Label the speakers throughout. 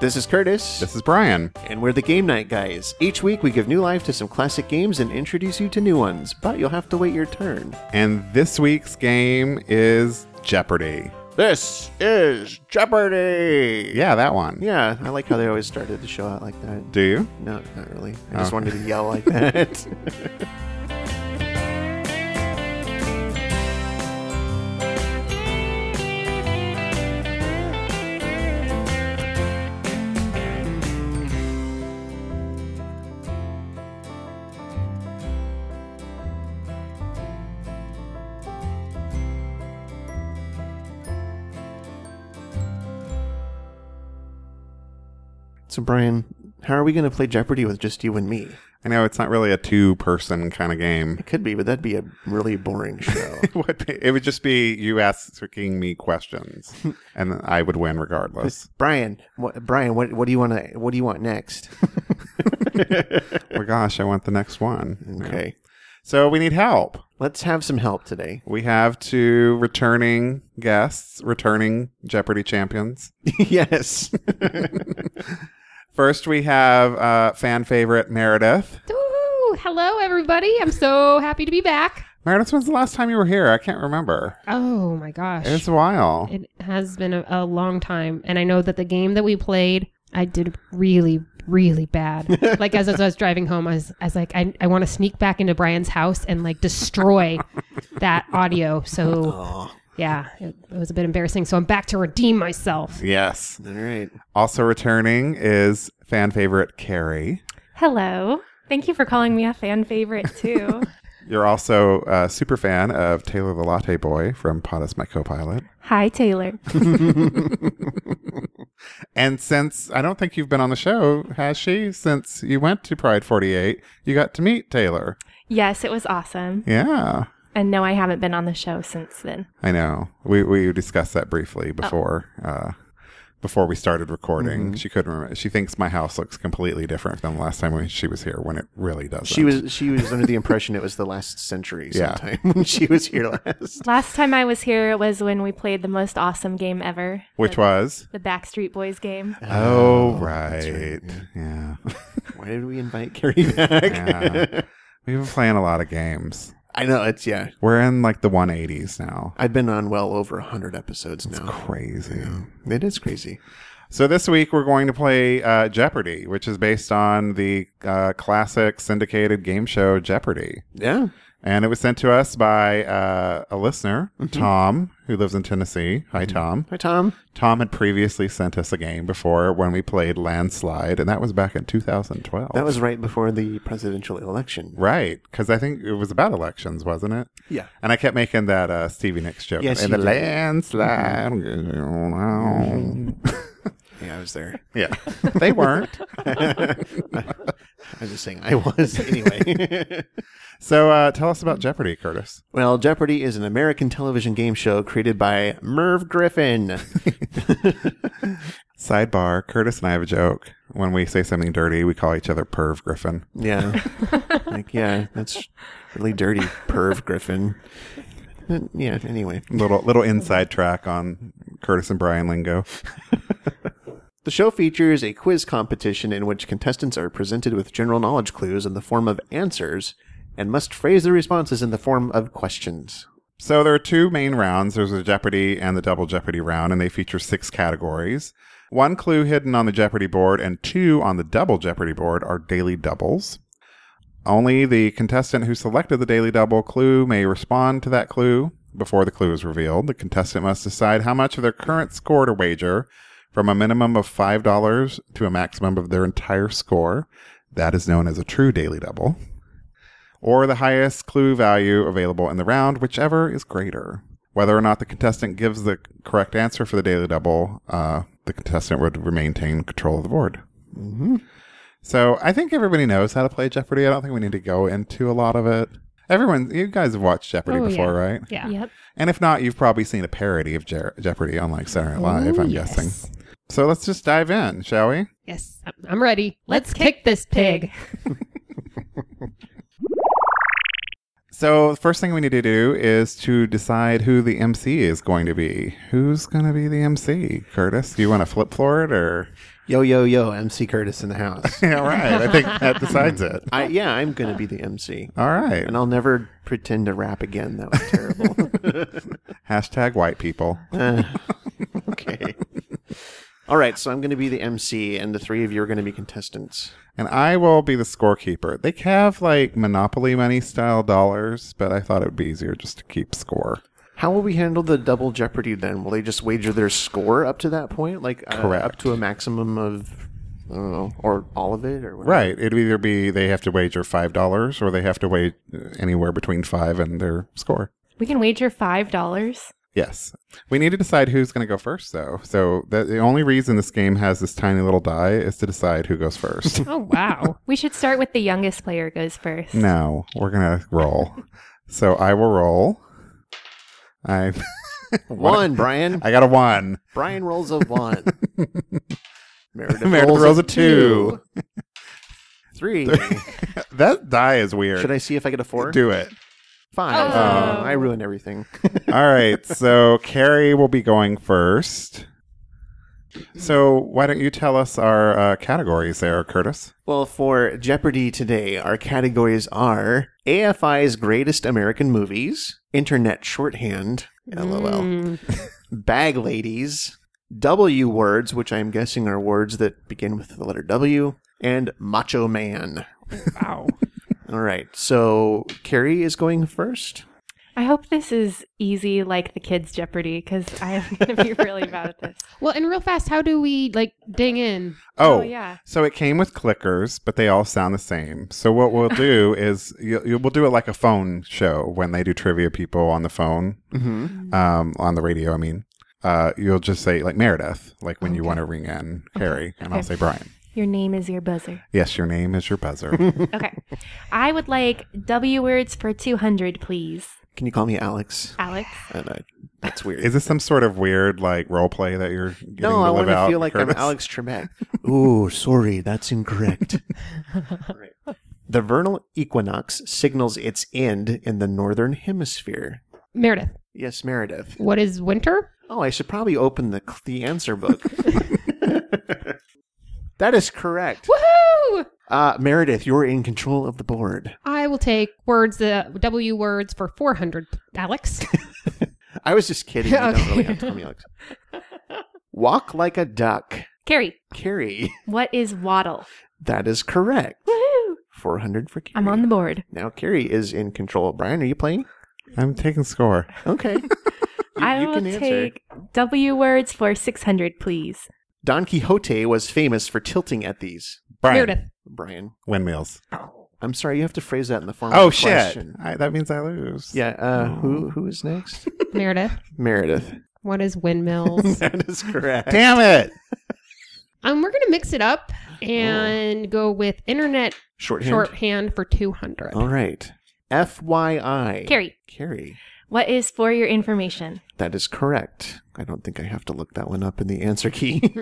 Speaker 1: This is Curtis.
Speaker 2: This is Brian.
Speaker 1: And we're the Game Night Guys. Each week, we give new life to some classic games and introduce you to new ones, but you'll have to wait your turn.
Speaker 2: And this week's game is Jeopardy.
Speaker 1: This is Jeopardy!
Speaker 2: Yeah, that one.
Speaker 1: Yeah, I like how they always started the show out like that.
Speaker 2: Do you?
Speaker 1: No, not really. I just wanted to yell like that. so, Brian, how are we going to play Jeopardy with just you and me?
Speaker 2: I know it's not really a two person kind of game.
Speaker 1: It could be, but that'd be a really boring show.
Speaker 2: It would, be, it would just be you asking me questions, and then I would win regardless.
Speaker 1: Brian, what, Brian, what, what do you want to? What do you want next?
Speaker 2: oh gosh, I want the next one.
Speaker 1: Okay,
Speaker 2: So we need help.
Speaker 1: let's have some help today.
Speaker 2: We have two returning guests, returning Jeopardy champions.
Speaker 1: yes,
Speaker 2: First, we have uh, fan favorite Meredith.
Speaker 3: Woohoo! Hello, everybody. I'm so happy to be back.
Speaker 2: Meredith, when's the last time you were here? I can't remember.
Speaker 3: Oh my gosh.
Speaker 2: It's a while.
Speaker 3: it has been a, a long time. And I know that the game that we played, I did really, really bad. like, as, as I was driving home, I was, I was like, I, I want to sneak back into Brian's house and like destroy that audio. So,
Speaker 1: Oh,
Speaker 3: yeah, it, it was a bit embarrassing. So, I'm back to redeem myself.
Speaker 2: Yes.
Speaker 1: all right.
Speaker 2: Also returning is fan favorite Carrie.
Speaker 4: Hello. Thank you for calling me a fan favorite too.
Speaker 2: You're also a super fan of Taylor the Latte Boy from Pod is My Copilot.
Speaker 4: Hi, Taylor.
Speaker 2: And since I don't think you've been on the show, has she? Since you went to Pride 48, you got to meet Taylor.
Speaker 4: Yes, it was awesome.
Speaker 2: Yeah.
Speaker 4: And no, I haven't been on the show since then.
Speaker 2: I know. We we discussed that briefly before uh before we started recording.
Speaker 1: Mm-hmm.
Speaker 2: She couldn't remember. She thinks my house looks completely different than the last time when she was here when it really doesn't.
Speaker 1: She was she was under the impression it was the last century
Speaker 2: Yeah.
Speaker 1: sometime when she was here last.
Speaker 4: Last time I was here was when we played the most awesome game ever.
Speaker 2: which was
Speaker 4: The Backstreet Boys game.
Speaker 2: Oh, right. Yeah.
Speaker 1: Why did we invite Carrie back?
Speaker 2: Yeah. We've been playing a lot of games.
Speaker 1: I know it's yeah.
Speaker 2: We're in like the 180s now.
Speaker 1: I've been on well over hundred episodes now.
Speaker 2: Crazy.
Speaker 1: It is crazy.
Speaker 2: So this week we're going to play uh, Jeopardy, which is based on the uh, classic syndicated game show Jeopardy.
Speaker 1: Yeah.
Speaker 2: And it was sent to us by uh, a listener, Tom, who lives in Tennessee. Hi, Tom.
Speaker 1: Hi Tom.
Speaker 2: Tom had previously sent us a game before when we played Landslide, and that was back in 2012.
Speaker 1: That was right before the presidential election.
Speaker 2: right, because I think it was about elections, wasn't it?
Speaker 1: Yeah.
Speaker 2: And I kept making that uh, Stevie Nicks joke.
Speaker 1: Yes,
Speaker 2: and
Speaker 1: you
Speaker 2: the
Speaker 1: did. Mm-hmm.
Speaker 2: landslide.
Speaker 1: Yeah, I was there.
Speaker 2: yeah, they weren't.
Speaker 1: I was just saying I was anyway.
Speaker 2: So uh, tell us about Jeopardy, Curtis.
Speaker 1: Well, Jeopardy is an American television game show created by Merv Griffin.
Speaker 2: Sidebar: Curtis and I have a joke. When we say something dirty, we call each other Perv Griffin.
Speaker 1: Yeah. like, yeah, that's really dirty, perv Griffin. Uh, Yeah, anyway.
Speaker 2: Little little inside track on Curtis and Brian lingo.
Speaker 1: The show features a quiz competition in which contestants are presented with general knowledge clues in the form of answers and must phrase their responses in the form of questions.
Speaker 2: So there are two main rounds. There's the Jeopardy and the Double Jeopardy round, and they feature six categories. One clue hidden on the Jeopardy board and two on the Double Jeopardy board are daily doubles. Only the contestant who selected the daily double clue may respond to that clue before the clue is revealed. The contestant must decide how much of their current score to wager from a minimum of $5 to a maximum of their entire score. That is known as a true daily double or the highest clue value available in the round, whichever is greater. Whether or not the contestant gives the correct answer for the daily double, uh, the contestant would maintain control of the board. Mm-hmm. So I think everybody knows how to play Jeopardy. I don't think we need to go into a lot of it. Everyone, you guys have watched Jeopardy
Speaker 3: Oh,
Speaker 2: before,
Speaker 3: yeah.
Speaker 2: right?
Speaker 3: Yeah.
Speaker 4: Yep.
Speaker 2: And if not, you've probably seen a parody of Je- Jeopardy on like Saturday Night
Speaker 3: Oh,
Speaker 2: Live, I'm guessing. So let's just dive in, shall we?
Speaker 3: Yes, I'm- I'm ready. Let's, kick, this pig.
Speaker 2: So the first thing we need to do is to decide who the MC is going to be. Who's going to be the MC, Curtis? Do you want to flip floor it or
Speaker 1: Yo, yo, yo, MC Curtis in the house.
Speaker 2: Yeah, right. I think that decides it.
Speaker 1: I, yeah, I'm going to be the MC.
Speaker 2: All right.
Speaker 1: And I'll never pretend to rap again. That was terrible.
Speaker 2: Hashtag white people.
Speaker 1: okay. All right, so I'm going to be the MC, and the three of you are going to be contestants.
Speaker 2: And I will be the scorekeeper. They have like Monopoly money style dollars, but I thought it would be easier just to keep score.
Speaker 1: How will we handle the double jeopardy then? Will they just wager their score up to that point, like uh, up
Speaker 2: Correct.
Speaker 1: to a maximum of, I don't know, or all of it, or whatever?
Speaker 2: Right. It'd either be they have to wager $5 or they have to wait anywhere between 5 and their score.
Speaker 4: We can wager five dollars.
Speaker 2: Yes. We need to decide who's going to go first, though. So the, the only reason this game has this tiny little die is to decide who goes first.
Speaker 3: Oh wow.
Speaker 4: We should start with the youngest player goes first.
Speaker 2: no, we're going to roll. so I will roll. I
Speaker 1: One, Brian.
Speaker 2: I got a one.
Speaker 1: Brian rolls a one. Meredith,
Speaker 2: Meredith rolls a two.
Speaker 1: Three.
Speaker 2: That die is weird.
Speaker 1: Should I see if I get a four?
Speaker 2: do it?
Speaker 1: Five.
Speaker 4: Oh.
Speaker 1: I ruined everything.
Speaker 2: All right. So Carrie will be going first. So why don't you tell us our uh, categories there, Curtis?
Speaker 1: Well, for Jeopardy today, our categories are AFI's greatest American movies, internet shorthand, lol,
Speaker 3: Mm.
Speaker 1: bag ladies, W words, which I'm guessing are words that begin with the letter W, and macho man.
Speaker 3: Wow.
Speaker 1: All right, so Carrie is going first.
Speaker 4: I hope this is easy, like the kids' Jeopardy, because I am going to be really bad at this.
Speaker 3: Well, and real fast, how do we like ding in?
Speaker 2: Oh,
Speaker 4: yeah.
Speaker 2: So it came with clickers, but they all sound the same. So what we'll do is you, you, we'll do it like a phone show when they do trivia people on the phone,
Speaker 1: Mm-hmm.
Speaker 2: um, on the radio. I mean, uh, you'll just say like Meredith, like when you want to ring in Harry, and I'll
Speaker 4: Okay.
Speaker 2: say Brian.
Speaker 4: Your name is your buzzer.
Speaker 2: Yes, your name is your buzzer.
Speaker 4: Okay. I would like W words per 200, please.
Speaker 1: Can you call me Alex?
Speaker 4: Alex.
Speaker 1: And I, that's weird.
Speaker 2: is this some sort of weird like role play that you're getting
Speaker 1: no,
Speaker 2: to
Speaker 1: I
Speaker 2: live
Speaker 1: want to
Speaker 2: out,
Speaker 1: feel like
Speaker 2: Curtis?
Speaker 1: I'm Alex Trebek. Ooh, sorry, that's incorrect. Right. The vernal equinox signals its end in the northern hemisphere.
Speaker 3: Meredith,
Speaker 1: Yes, Meredith.
Speaker 3: what is winter?
Speaker 1: Oh, I should probably open the the answer book. that is correct.
Speaker 3: Woohoo!
Speaker 1: Uh, Meredith, you're in control of the board.
Speaker 3: I will take words, uh, W words for 400, Alex.
Speaker 1: I was just kidding. You don't
Speaker 3: Okay.
Speaker 1: really have to call me Alex. Walk like a duck,
Speaker 4: Carrie,
Speaker 1: Carrie.
Speaker 4: what is waddle?
Speaker 1: That is correct.
Speaker 4: Woohoo!
Speaker 1: Four hundred for Carrie.
Speaker 4: I'm on the board.
Speaker 1: Now Carrie is in control. Brian, are you playing?
Speaker 2: I'm taking score.
Speaker 1: Okay. You-
Speaker 4: I
Speaker 1: you
Speaker 4: will
Speaker 1: can answer.
Speaker 4: take W words for 600, please.
Speaker 1: Don Quixote was famous for tilting at these.
Speaker 2: Brian,
Speaker 3: Meredith.
Speaker 1: Brian,
Speaker 2: windmills.
Speaker 1: I'm sorry, you have to phrase that in the form
Speaker 2: Oh
Speaker 1: of a
Speaker 2: shit!
Speaker 1: question.
Speaker 2: I, that means I lose.
Speaker 1: Yeah, uh, who who is next?
Speaker 3: Meredith,
Speaker 1: Meredith.
Speaker 3: what is windmills?
Speaker 1: That is correct.
Speaker 2: Damn it!
Speaker 3: um, we're going to mix it up and go with internet
Speaker 1: Shorthand.
Speaker 3: shorthand for 200.
Speaker 1: All right. FYI.
Speaker 4: Carrie,
Speaker 1: Carrie.
Speaker 4: what is for your information?
Speaker 1: That is correct. I don't think I have to look that one up in the answer key.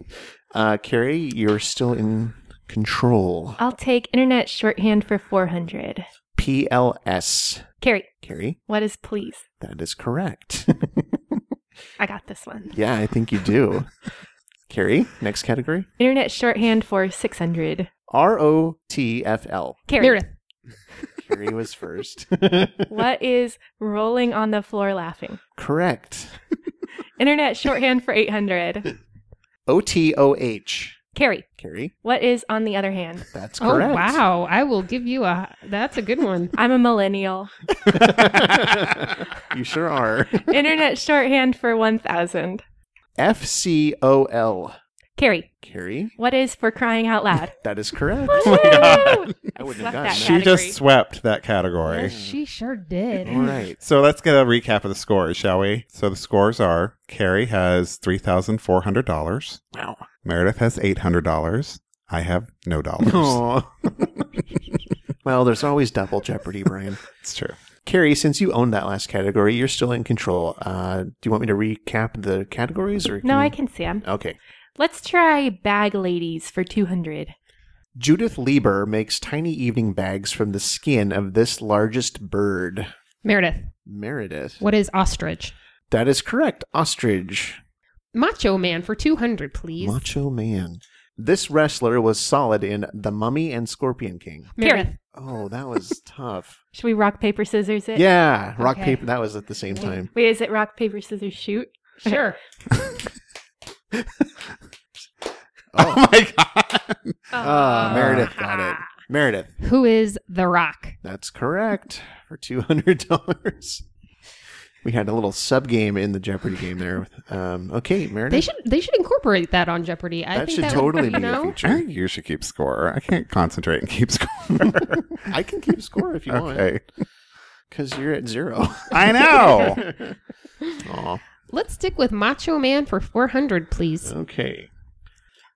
Speaker 1: uh, Carrie, you're still in control.
Speaker 4: I'll take internet shorthand for 400.
Speaker 1: PLS.
Speaker 4: Carrie,
Speaker 1: Carrie,
Speaker 4: what is please?
Speaker 1: that is correct.
Speaker 4: I got this one.
Speaker 1: yeah, I think you do. Carrie, next category.
Speaker 4: Internet shorthand for 600.
Speaker 1: R O T F L.
Speaker 4: Carrie,
Speaker 3: Meredith,
Speaker 1: Carrie was first.
Speaker 4: what is rolling on the floor laughing?
Speaker 1: correct.
Speaker 4: Internet shorthand for 800.
Speaker 1: O T O H.
Speaker 4: Carrie,
Speaker 1: Carrie,
Speaker 4: what is on the other hand?
Speaker 1: that's
Speaker 3: oh
Speaker 1: correct.
Speaker 3: wow, I will give you a, that's a good one.
Speaker 4: I'm a millennial.
Speaker 1: you sure are.
Speaker 4: Internet shorthand for 1000.
Speaker 1: F C O L.
Speaker 4: Carrie,
Speaker 1: Carrie,
Speaker 4: what is for crying out loud?
Speaker 1: that is correct.
Speaker 2: Oh
Speaker 4: Woo!
Speaker 1: I wouldn't have
Speaker 4: Left
Speaker 1: gotten
Speaker 4: that
Speaker 1: it.
Speaker 2: She
Speaker 4: category.
Speaker 2: just swept that category.
Speaker 3: Yes, she sure did.
Speaker 1: All right.
Speaker 2: So let's get a recap of the scores, shall we? So the scores are Carrie has $3,400.
Speaker 1: Wow.
Speaker 2: Meredith has $800. I have no dollars.
Speaker 1: well, there's always double jeopardy, Brian.
Speaker 2: It's true.
Speaker 1: Carrie, since you owned that last category, you're still in control. Uh, do you want me to recap the categories, or
Speaker 4: No, I can see them.
Speaker 1: Okay.
Speaker 4: Let's try bag ladies for 200.
Speaker 1: Judith Lieber makes tiny evening bags from the skin of this largest bird.
Speaker 3: Meredith,
Speaker 1: Meredith.
Speaker 3: what is ostrich?
Speaker 1: That is correct. Ostrich.
Speaker 3: Macho Man for 200, please.
Speaker 1: Macho Man. This wrestler was solid in The Mummy and Scorpion King.
Speaker 3: Meredith.
Speaker 1: Oh, that was tough.
Speaker 4: Should we rock, paper, scissors it?
Speaker 1: Yeah, rock
Speaker 3: Okay.
Speaker 1: paper. That was at the same time.
Speaker 4: Wait, is it rock, paper, scissors, shoot?
Speaker 3: Sure.
Speaker 2: Oh my god.
Speaker 1: Ah,
Speaker 3: Ah.
Speaker 1: Meredith got it. Meredith.
Speaker 3: Who is The Rock?
Speaker 1: That's correct. For two hundred dollars, we had a little sub game in the Jeopardy game there. Um, okay, Meredith.
Speaker 3: They should they should incorporate that on Jeopardy. I
Speaker 1: that
Speaker 3: think
Speaker 1: should
Speaker 3: that would,
Speaker 1: totally
Speaker 3: you
Speaker 1: be a
Speaker 3: know,
Speaker 2: I
Speaker 1: feature.
Speaker 2: think you should keep score. I can't concentrate and keep score.
Speaker 1: I can keep score if you want,
Speaker 2: okay.
Speaker 1: because you're at zero.
Speaker 2: I know.
Speaker 1: Aw.
Speaker 3: Let's stick with Macho Man for 400, please.
Speaker 1: Okay.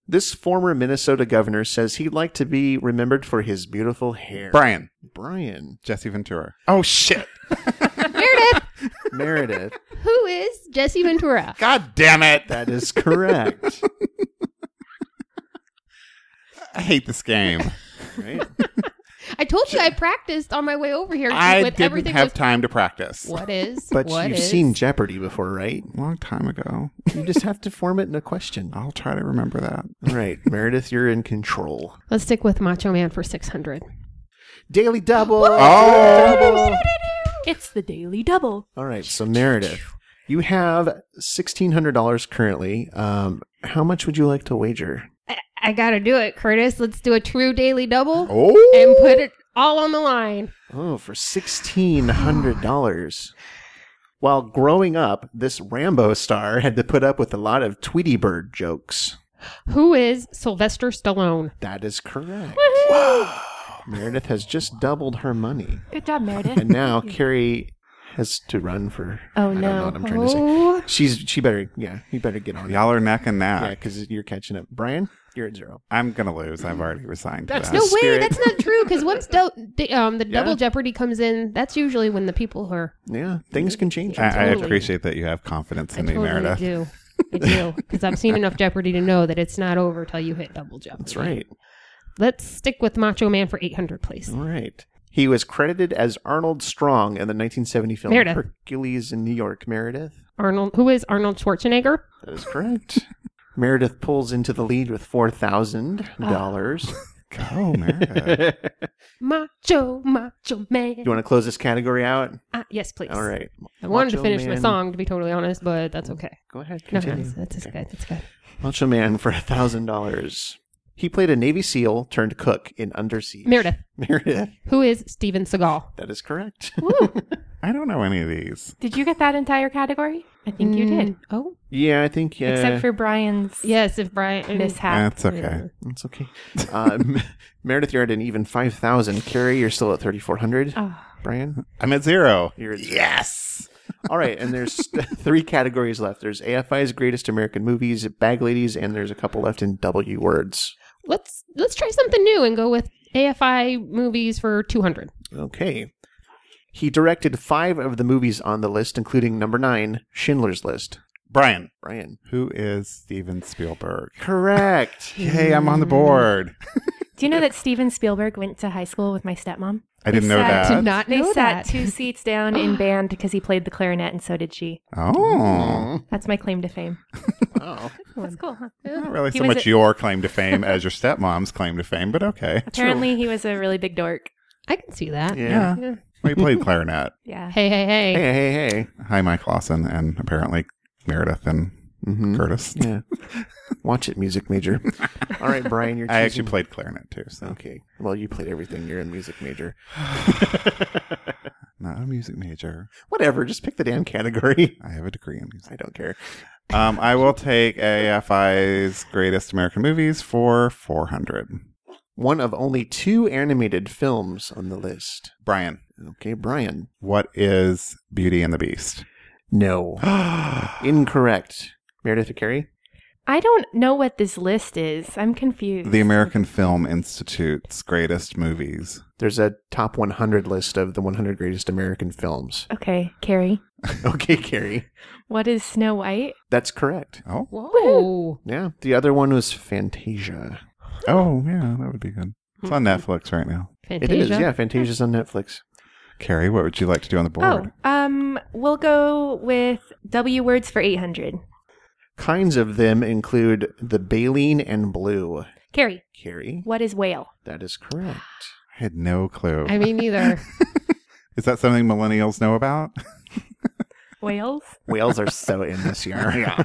Speaker 1: This former Minnesota governor says he'd like to be remembered for his beautiful hair.
Speaker 2: Brian,
Speaker 1: Brian.
Speaker 2: Jesse Ventura. Oh shit.
Speaker 3: Meredith,
Speaker 1: Meredith.
Speaker 3: who is Jesse Ventura?
Speaker 2: God damn it.
Speaker 1: That is correct.
Speaker 2: I hate this game.
Speaker 1: right?
Speaker 3: I told you I practiced on my way over here
Speaker 2: I
Speaker 3: with
Speaker 2: didn't
Speaker 3: everything
Speaker 2: have
Speaker 3: was-
Speaker 2: time to practice.
Speaker 3: what is
Speaker 1: But
Speaker 3: what
Speaker 1: you've
Speaker 3: is-
Speaker 1: seen Jeopardy before, right?
Speaker 2: Long time ago.
Speaker 1: You just have to form it in a question.
Speaker 2: I'll try to remember that.
Speaker 1: All right, Meredith, you're in control.
Speaker 3: Let's stick with Macho Man for 600.
Speaker 1: Daily double.
Speaker 2: Oh.
Speaker 4: It's the daily double.
Speaker 1: All right, so Meredith, you have sixteen hundred dollars currently. Um, how much would you like to wager?
Speaker 3: I, I gotta do it, Curtis. Let's do a true daily double
Speaker 2: Oh.
Speaker 3: and put it all on the line.
Speaker 1: Oh, for sixteen hundred dollars. While growing up, this Rambo star had to put up with a lot of Tweety Bird jokes.
Speaker 3: Who is Sylvester Stallone?
Speaker 1: That is correct. Meredith has just doubled her money,
Speaker 4: Good job, Meredith.
Speaker 1: and now Carrie has to run for. I
Speaker 4: Oh,
Speaker 1: don't know
Speaker 4: no.
Speaker 1: what I'm trying to say.
Speaker 3: Oh,
Speaker 1: She's she better. Yeah, you better get on. it.
Speaker 2: Y'all are neck and neck.
Speaker 1: Yeah, because you're catching up. Brian, you're at zero.
Speaker 2: I'm gonna lose. I've already resigned.
Speaker 1: That's
Speaker 2: to
Speaker 3: no
Speaker 2: that.
Speaker 1: the
Speaker 3: way,
Speaker 1: spirit.
Speaker 3: that's not true. Because once do- the, um, the
Speaker 1: Yeah.
Speaker 3: double Jeopardy comes in, that's usually when the people are.
Speaker 1: Yeah, things can change.
Speaker 2: I, I
Speaker 3: Totally.
Speaker 2: appreciate that you have confidence in
Speaker 3: I
Speaker 2: me,
Speaker 3: totally
Speaker 2: Meredith.
Speaker 3: do. I do because I've seen enough Jeopardy to know that it's not over till you hit double Jeopardy.
Speaker 1: That's right.
Speaker 3: Let's stick with Macho Man for 800, please.
Speaker 1: All right. He was credited as Arnold Strong in the 1970 film
Speaker 3: Meredith.
Speaker 1: Hercules in New York. Meredith.
Speaker 3: Arnold, who is Arnold Schwarzenegger?
Speaker 1: That is correct. Meredith pulls into the lead with four thousand
Speaker 3: Ah.
Speaker 1: dollars.
Speaker 2: Go, Meredith.
Speaker 3: Macho, Macho Man.
Speaker 1: You want to close this category out?
Speaker 3: Ah, yes, please.
Speaker 1: All right.
Speaker 3: I wanted to
Speaker 1: Macho
Speaker 3: finish my
Speaker 1: Man.
Speaker 3: song, to be totally honest, but that's okay.
Speaker 1: Go ahead.
Speaker 3: No,
Speaker 1: Continue.
Speaker 3: that's, that's good. That's good.
Speaker 1: Macho Man for thousand dollars. He played a Navy SEAL turned cook in Under Siege.
Speaker 3: Meredith,
Speaker 1: Meredith.
Speaker 3: who is Steven Seagal?
Speaker 1: That is correct.
Speaker 2: I don't know any of these.
Speaker 4: Did you get that entire category? I think you did.
Speaker 3: Mm, Oh,
Speaker 1: yeah, I think. Yeah.
Speaker 4: Except for Brian's
Speaker 3: yes. If Brian
Speaker 4: mishap.
Speaker 2: That's okay.
Speaker 1: It's okay. Um, Meredith, you're at an even 5,000. Carrie, you're still at 3,400.
Speaker 4: Oh.
Speaker 3: Ah.
Speaker 1: Brian?
Speaker 2: I'm at zero.
Speaker 1: You're at zero.
Speaker 2: Yes.
Speaker 1: All right. And there's three categories left there's AFI's Greatest American Movies, Bag Ladies, and there's a couple left in W words.
Speaker 3: let's let's try something new and go with AFI movies for two hundred.
Speaker 1: Okay. He directed five of the movies on the list, including number nine, Schindler's List.
Speaker 2: Brian,
Speaker 1: Brian.
Speaker 2: who is Steven Spielberg?
Speaker 1: Correct.
Speaker 2: Yay, I'm on the board.
Speaker 4: Do you know that Steven Spielberg went to high school with my stepmom?
Speaker 2: I didn't know
Speaker 1: Uh,
Speaker 4: sat-
Speaker 2: that.
Speaker 3: Did not
Speaker 4: They
Speaker 3: know that.
Speaker 4: sat two seats down in band because he played the clarinet and so did she.
Speaker 2: Oh.
Speaker 4: That's my claim to fame.
Speaker 1: Wow.
Speaker 4: That's cool, huh?
Speaker 2: Not really
Speaker 4: He
Speaker 2: so
Speaker 4: was
Speaker 2: much
Speaker 4: a-
Speaker 2: your claim to fame as your stepmom's claim to fame, but okay.
Speaker 4: Apparently, he was a really big dork.
Speaker 3: I can see that.
Speaker 1: Yeah.
Speaker 2: Yeah. We played clarinet.
Speaker 4: Yeah.
Speaker 3: Hey, hey, hey,
Speaker 1: Hey, hey, hey.
Speaker 2: Hi, Mike Lawson, and apparently Meredith and
Speaker 1: Mhm.
Speaker 2: Curtis.
Speaker 1: Yeah. Watch it, music major. All right, Brian, you're
Speaker 2: I
Speaker 1: choosing-
Speaker 2: actually played clarinet too, so
Speaker 1: Okay. Well, you played everything. You're a music major.
Speaker 2: not a music major.
Speaker 1: Whatever. Just pick the damn category.
Speaker 2: I have a degree in music.
Speaker 1: I don't care.
Speaker 2: Um, I will take AFI's greatest American movies for 400.
Speaker 1: One of only two animated films on the list.
Speaker 2: Brian,
Speaker 1: Okay, Brian.
Speaker 2: what is Beauty and the Beast?
Speaker 1: No. Incorrect. Meredith Carey?
Speaker 4: I don't know what this list is. I'm confused.
Speaker 2: The American Film Institute's greatest movies.
Speaker 1: There's a top 100 list of the 100 greatest American films.
Speaker 4: okay, Carrie.
Speaker 1: okay, Carrie.
Speaker 4: What is Snow White?
Speaker 1: That's correct.
Speaker 2: Oh,
Speaker 3: Whoa.
Speaker 1: Yeah. The other one was Fantasia.
Speaker 2: oh, yeah, that would be good. It's on Netflix right now.
Speaker 3: Fantasia.
Speaker 1: It is. Yeah, Fantasia's on Netflix.
Speaker 2: Carrie, what would you
Speaker 3: Oh.
Speaker 2: like to do on the board?
Speaker 4: Oh, um, we'll go with W words for 800.
Speaker 1: Kinds of them include the baleen and blue.
Speaker 4: Carrie,
Speaker 1: Carrie,
Speaker 4: what is whale?
Speaker 1: that is correct.
Speaker 2: I had no clue.
Speaker 3: I mean, neither.
Speaker 2: Is that something millennials know about?
Speaker 4: Whales?
Speaker 1: Whales are so in this year.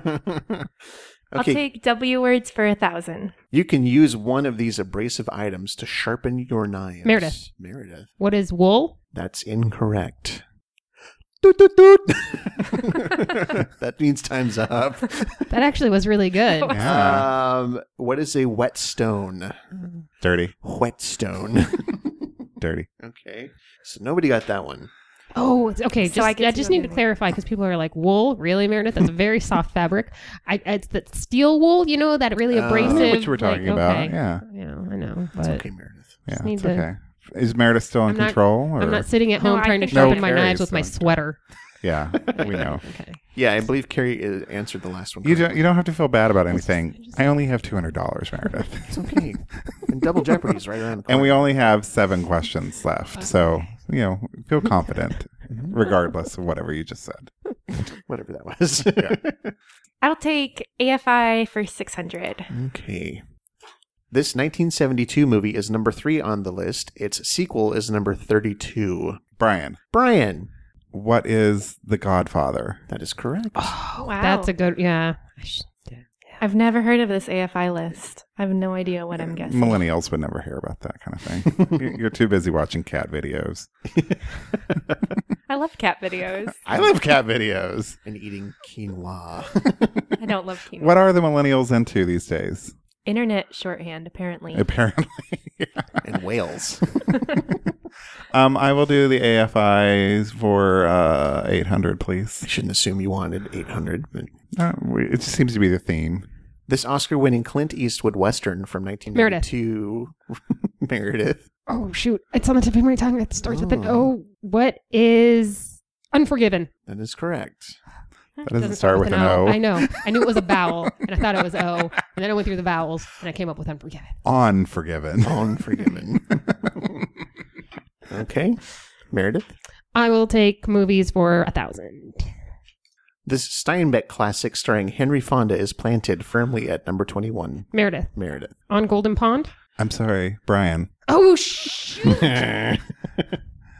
Speaker 4: I'll
Speaker 1: okay,
Speaker 4: take W words for a thousand.
Speaker 1: you can use one of these abrasive items to sharpen your knives.
Speaker 3: Meredith.
Speaker 1: Meredith.
Speaker 3: What is wool?
Speaker 1: That's incorrect. Doot, doot, doot. that means time's up.
Speaker 3: That actually was really good.
Speaker 2: Oh,
Speaker 3: Uh,
Speaker 2: Yeah.
Speaker 1: Um, what is a whetstone?
Speaker 2: dirty,
Speaker 1: Whetstone.
Speaker 2: dirty.
Speaker 1: okay. So nobody got that one.
Speaker 3: Oh, it's- okay.
Speaker 4: So
Speaker 3: just,
Speaker 4: I
Speaker 3: I,
Speaker 4: get to
Speaker 3: just
Speaker 4: know
Speaker 3: need to
Speaker 4: the-
Speaker 3: clarify because people are like, "Wool, really, Meredith? That's a very soft fabric. I, it's that steel wool, you know, that really
Speaker 1: Uh, I know what
Speaker 3: abrasive."
Speaker 2: I know what you were talking
Speaker 3: like,
Speaker 2: about.
Speaker 3: okay.
Speaker 2: Yeah,
Speaker 3: Yeah, I know.
Speaker 1: It's
Speaker 3: But
Speaker 1: okay, Meredith.
Speaker 2: yeah,
Speaker 3: Just need
Speaker 2: it's
Speaker 3: to-
Speaker 2: okay. Is Meredith still in
Speaker 3: I'm not-
Speaker 2: control? or?
Speaker 3: I'm not sitting at
Speaker 4: No,
Speaker 3: home
Speaker 4: I
Speaker 3: trying to
Speaker 4: think I
Speaker 3: sharpen my
Speaker 2: No
Speaker 3: knives
Speaker 2: carries,
Speaker 3: with my
Speaker 2: though.
Speaker 3: sweater.
Speaker 2: yeah, we know.
Speaker 3: Okay.
Speaker 1: Yeah, I believe Carrie uh, answered the last one.
Speaker 2: You
Speaker 1: correctly.
Speaker 2: don't. You don't have to feel bad about anything. I only have two hundred dollars, Meredith,
Speaker 1: It's okay. and Double Jeopardy's right around the corner.
Speaker 2: and we only have seven questions left. So you know, feel confident, regardless of whatever you just said.
Speaker 1: whatever that was.
Speaker 4: I'll take AFI for 600.
Speaker 1: Okay. This 1972 movie is number three on the list. Its sequel is number 32.
Speaker 2: Brian,
Speaker 1: Brian.
Speaker 2: what is the Godfather?
Speaker 1: That is correct.
Speaker 4: Oh, wow.
Speaker 3: That's a good. Yeah. I should-
Speaker 4: I've never heard of this AFI list. I have no idea what I'm guessing.
Speaker 2: Millennials would never hear about that kind of thing. You- You're too busy watching cat videos.
Speaker 4: I love cat videos.
Speaker 2: I love cat videos.
Speaker 1: And eating quinoa.
Speaker 4: I don't love quinoa.
Speaker 2: What are the millennials into these days?
Speaker 4: Internet shorthand, apparently.
Speaker 2: Apparently.
Speaker 1: and whales.
Speaker 2: Um, I will do the AFIs for uh, 800,
Speaker 1: I
Speaker 2: please.
Speaker 1: shouldn't assume you wanted 800. But
Speaker 2: Uh, we- it just seems to be the theme.
Speaker 1: this Oscar winning Clint Eastwood Western from 1992. Meredith.
Speaker 3: Oh shoot! It's on the tip of my tongue. It starts with an O. What is Unforgiven?
Speaker 1: That is correct.
Speaker 2: That doesn't, start with an O.
Speaker 3: I know. I knew it was a vowel, and I thought it was O, and then I went through the vowels, and I came up with Unforgiven.
Speaker 2: Unforgiven.
Speaker 1: Unforgiven. okay. Meredith.
Speaker 3: I will take movies for a thousand.
Speaker 1: This Steinbeck classic starring Henry Fonda is planted firmly at number 21.
Speaker 3: Meredith
Speaker 1: Meredith.
Speaker 3: on Golden Pond.
Speaker 2: I'm sorry, Brian.
Speaker 3: Oh shoot!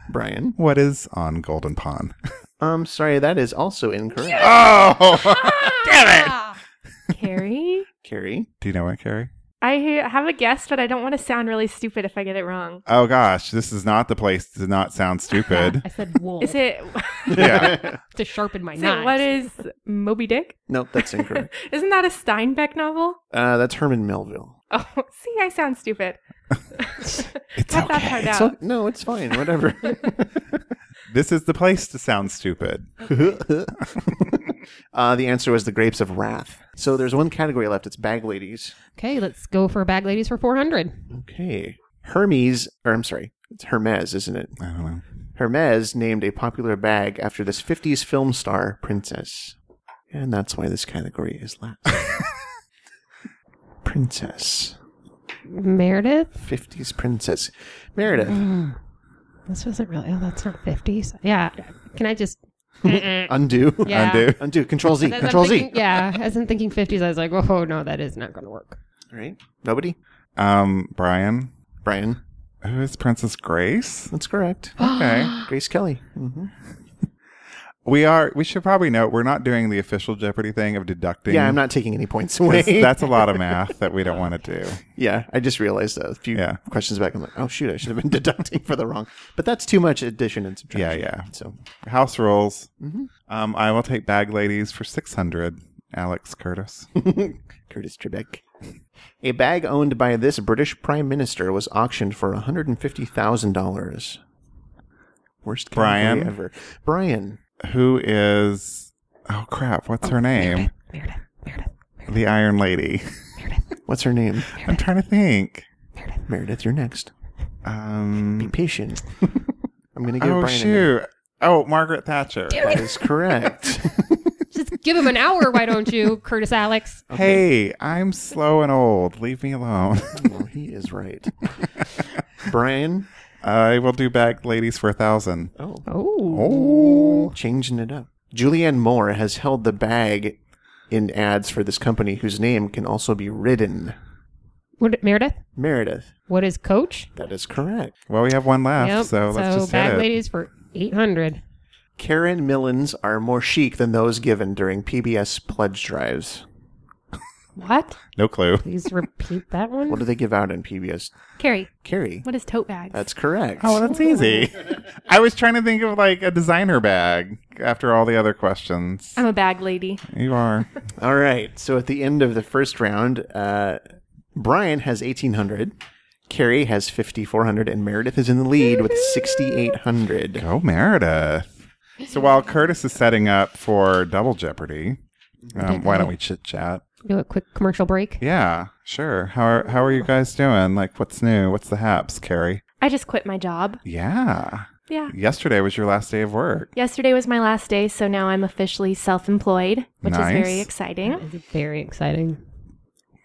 Speaker 1: Brian.
Speaker 2: What is on Golden Pond?
Speaker 1: Um, sorry, that is also incorrect.
Speaker 2: Oh! Damn it!
Speaker 4: Carrie?
Speaker 1: Carrie.
Speaker 2: Do you know what, Carrie?
Speaker 4: I have a guess, but I don't want to sound really stupid if I get it wrong.
Speaker 2: Oh gosh, this is not the place to not sound stupid.
Speaker 3: I said wool
Speaker 4: Is it,
Speaker 2: yeah.
Speaker 3: to sharpen my
Speaker 4: is
Speaker 3: knives.
Speaker 4: it what is Moby Dick?
Speaker 1: Nope, that's incorrect.
Speaker 4: Isn't that a Steinbeck novel?
Speaker 1: uh, that's Herman Melville.
Speaker 4: Oh, see, I sound stupid.
Speaker 2: It's
Speaker 4: Cut that
Speaker 2: okay.
Speaker 4: part
Speaker 1: It's
Speaker 4: out.
Speaker 1: o- no, it's fine. Whatever.
Speaker 2: This is the place to sound stupid.
Speaker 1: uh, the answer was the Grapes of Wrath. So there's one category left. It's bag ladies.
Speaker 3: Okay, let's go for bag ladies for four hundred.
Speaker 1: Okay. Hermes, or I'm sorry, it's Hermes, isn't it?
Speaker 2: I don't know.
Speaker 1: Hermes named a popular bag after this 50s film star princess. And that's why this category is last. princess.
Speaker 3: Meredith.
Speaker 1: 50s princess. Meredith.
Speaker 3: Mm. This wasn't really. Oh, that's not fifties. Yeah. Can I just? yeah.
Speaker 1: Undo.
Speaker 2: Undo.
Speaker 1: Undo. Control Z.
Speaker 3: As I'm
Speaker 1: Control Z.
Speaker 3: thinking- Yeah. As I'm thinking fifties, I was like, oh no, that is not going to work.
Speaker 1: All right. Nobody?
Speaker 2: Um, Brian,
Speaker 1: Brian.
Speaker 2: who is Princess Grace?
Speaker 1: That's correct.
Speaker 2: Okay.
Speaker 1: Grace Kelly. hmm
Speaker 2: we are we should probably note we're not doing the official Jeopardy thing of deducting.
Speaker 1: Yeah, I'm not taking any points
Speaker 2: 'cause
Speaker 1: away.
Speaker 2: That's a lot of math that we don't want to do.
Speaker 1: yeah, I just realized that a few
Speaker 2: Yeah.
Speaker 1: questions back. I'm like, oh, shoot, I should have been deducting for the wrong. But that's too much addition and
Speaker 2: Yeah,
Speaker 1: subtraction.
Speaker 2: yeah.
Speaker 1: So
Speaker 2: House rules.
Speaker 1: Mhm.
Speaker 2: Um, I will take bag ladies for six hundred. Alex Curtis.
Speaker 1: Curtis Trebek. A bag owned by this British Prime Minister was auctioned for $150,000. Worst category
Speaker 2: Brian.
Speaker 1: ever. Brian.
Speaker 2: who is oh crap? What's her name?
Speaker 3: Meredith. Meredith.
Speaker 2: The Iron Lady.
Speaker 1: What's her name?
Speaker 2: I'm trying to think.
Speaker 1: Meredith, you're next. Be
Speaker 2: Um.
Speaker 1: patient. I'm going to give
Speaker 2: Oh
Speaker 1: Brian a name.
Speaker 2: shoot. Oh, Margaret Thatcher.
Speaker 1: That is correct.
Speaker 3: Just give him an hour, why don't you, Curtis Alex?
Speaker 2: Hey, I'm slow and old. Leave me alone.
Speaker 1: well, he is right. Brian.
Speaker 2: I will do bag ladies for a thousand.
Speaker 1: Oh.
Speaker 3: Oh.
Speaker 2: Oh,
Speaker 1: Changing it up. Julianne Moore has held the bag in ads for this company whose name can also be ridden.
Speaker 3: What, Meredith?
Speaker 1: Meredith.
Speaker 3: What is coach?
Speaker 1: That is correct.
Speaker 2: Well, we have one left,
Speaker 3: Yep.
Speaker 2: so let's just
Speaker 3: bag
Speaker 2: hit it.
Speaker 3: ladies for 800.
Speaker 1: Karen Millens are more chic than those given during PBS pledge drives.
Speaker 4: What?
Speaker 2: No clue.
Speaker 3: Please repeat that one.
Speaker 1: What do they give out in PBS?
Speaker 4: Carrie,
Speaker 1: Carrie.
Speaker 4: what is tote bags?
Speaker 1: That's correct.
Speaker 2: Oh, that's easy. I was trying to think of like a designer bag after all the other questions.
Speaker 4: I'm a bag lady.
Speaker 2: You are.
Speaker 1: All right. So at the end of the first round, uh, Brian has 1,800. Carrie has 5,400. And Meredith is in the lead with 6,800.
Speaker 2: Go Meredith. So while Curtis is setting up for Double Jeopardy, um, why don't we chit chat?
Speaker 3: do a quick commercial break.
Speaker 2: Yeah, sure. How are how are you guys doing? Like, what's new? What's the haps, Carrie?
Speaker 4: I just quit my job.
Speaker 2: Yeah.
Speaker 4: Yeah.
Speaker 2: Yesterday was your last day of work.
Speaker 4: Yesterday was my last day, so now I'm officially self employed, which
Speaker 2: Nice.
Speaker 4: is very exciting.
Speaker 3: It's very exciting.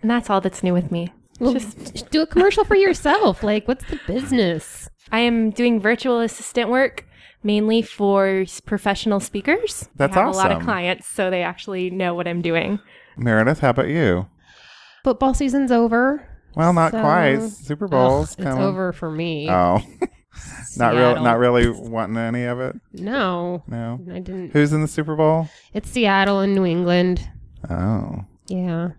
Speaker 4: And that's all that's new with me.
Speaker 3: Well,
Speaker 4: Just-
Speaker 3: just do a commercial for yourself. Like, what's the business?
Speaker 4: I am doing virtual assistant work mainly for s- professional speakers.
Speaker 2: That's
Speaker 4: I have a lot of
Speaker 2: awesome.
Speaker 4: clients, so they actually know what I'm doing.
Speaker 2: Meredith, how about you?
Speaker 3: Football season's over.
Speaker 2: Well, not
Speaker 3: So-
Speaker 2: quite. Super Bowl's
Speaker 3: Ugh, it's
Speaker 2: coming.
Speaker 3: over for me.
Speaker 2: Oh, not real.
Speaker 3: Seattle.
Speaker 2: Not really wanting any of it.
Speaker 3: No,
Speaker 2: No.
Speaker 3: I didn't.
Speaker 2: Who's in the Super Bowl?
Speaker 3: It's Seattle and New England.
Speaker 2: Oh,
Speaker 3: Yeah.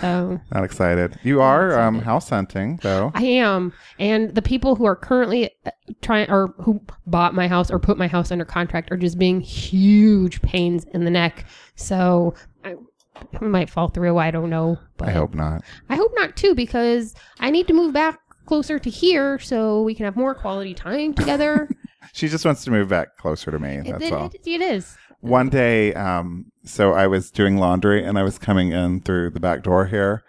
Speaker 3: so
Speaker 2: not excited. You are um, house hunting though.
Speaker 3: I am, and the people who are currently uh, trying or who bought my house or put my house under contract are just being huge pains in the neck. So I, I might fall through. I don't know, but
Speaker 2: I hope not.
Speaker 3: I hope not too, because I need to move back closer to here so we can have more quality time together.
Speaker 2: She just wants to move back closer to me.
Speaker 3: it,
Speaker 2: That's
Speaker 3: it-
Speaker 2: all.
Speaker 3: it- it is.
Speaker 2: One day, um, so I was doing laundry and I was coming in through the back door here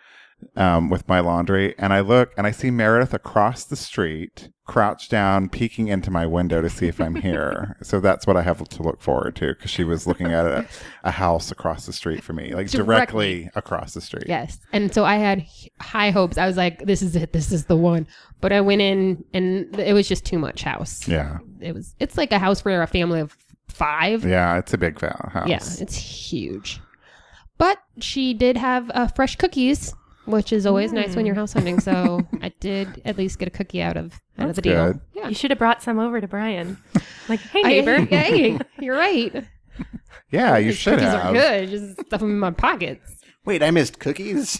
Speaker 2: um, with my laundry, and I look and I see Meredith across the street, crouched down, peeking into my window to see if I'm here. so that's what I have to look forward to because she was looking at a, a house across the street from me, like directly, across the street.
Speaker 3: Yes. And so I had h- high hopes. I was like, this is it. This is the one. But I went in and it was just too much house.
Speaker 2: Yeah,
Speaker 3: It was, it's like a house for a family of five.
Speaker 2: yeah, it's a big fa- house.
Speaker 3: Yeah, it's huge. But she did have uh, fresh cookies, which is always nice when you're house hunting. So I did at least get a cookie out of out of the deal.
Speaker 2: good.
Speaker 3: Yeah.
Speaker 4: You should have brought some over to Brian. Like, hey,
Speaker 3: I-
Speaker 4: neighbor.
Speaker 3: hey, you're right.
Speaker 2: yeah, you
Speaker 3: These
Speaker 2: should
Speaker 3: cookies
Speaker 2: have.
Speaker 3: are good. Just stuff them in my pockets.
Speaker 1: Wait, I missed cookies?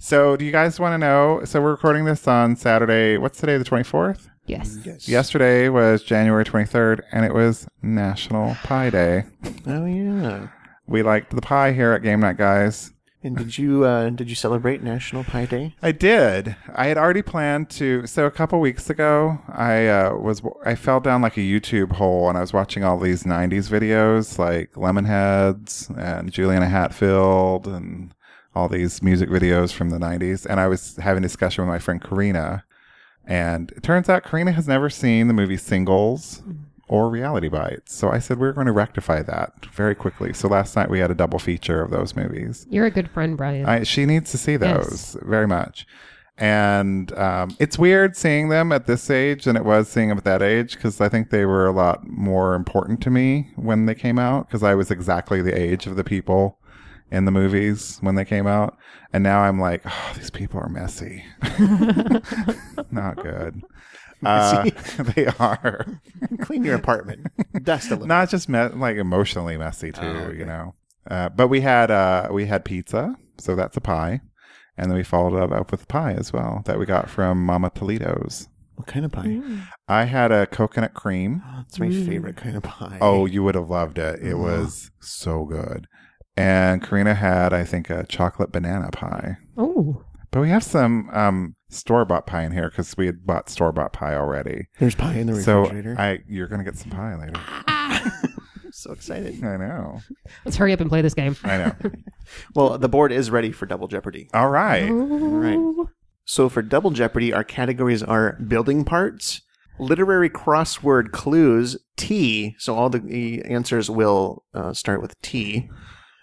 Speaker 2: So, do you guys want to know? So, we're recording this on Saturday. What's today? The twenty fourth.
Speaker 3: Yes.
Speaker 1: yes.
Speaker 2: Yesterday was January 23rd, and it was National Pie Day.
Speaker 1: Oh, yeah.
Speaker 2: We liked the pie here at Game Night, guys.
Speaker 1: And did you uh, did you celebrate National Pie Day?
Speaker 2: I did. I had already planned to. So a couple weeks ago, I uh, was I fell down like a YouTube hole, and I was watching all these '90s videos, like Lemonheads and Juliana Hatfield, and all these music videos from the '90s. And I was having a discussion with my friend Karina, and it turns out Karina has never seen the movie Singles or Reality Bites. So I said we are going to rectify that very quickly. So last night we had a double feature of those movies.
Speaker 3: You're a good friend, Brian.
Speaker 2: I, she needs to see those very much. And um, it's weird seeing them at this age than it was seeing them at that age because I think they were a lot more important to me when they came out because I was exactly the age of the people in the movies when they came out. And now I'm like, oh, these people are messy. Not good. Uh, they are.
Speaker 1: Clean your apartment. Dust a little.
Speaker 2: Not just me- like emotionally messy too,
Speaker 1: Oh,
Speaker 2: you know. Uh, but we had uh, we had pizza, so that's a pie, and then we followed up, up with pie as well that we got from Mama Toledo's.
Speaker 1: What kind of pie?
Speaker 2: I had a coconut cream.
Speaker 1: It's my favorite kind of pie.
Speaker 2: Oh, you would have loved it.
Speaker 1: Uh-huh.
Speaker 2: It was so good. And Karina had, I think, a chocolate banana pie.
Speaker 3: oh,
Speaker 2: But we have some um, store bought pie in here because we had bought store bought pie already.
Speaker 1: there's pie in the
Speaker 2: So
Speaker 1: refrigerator.
Speaker 2: I, you're gonna get some pie later.
Speaker 1: I'm so excited.
Speaker 2: I know.
Speaker 3: let's hurry up and play this game.
Speaker 2: I know.
Speaker 1: Well, the board is ready for Double Jeopardy.
Speaker 2: All right.
Speaker 1: Right. So for Double Jeopardy, our categories are building parts, literary crossword clues, T. So all the- the answers will uh, start with T,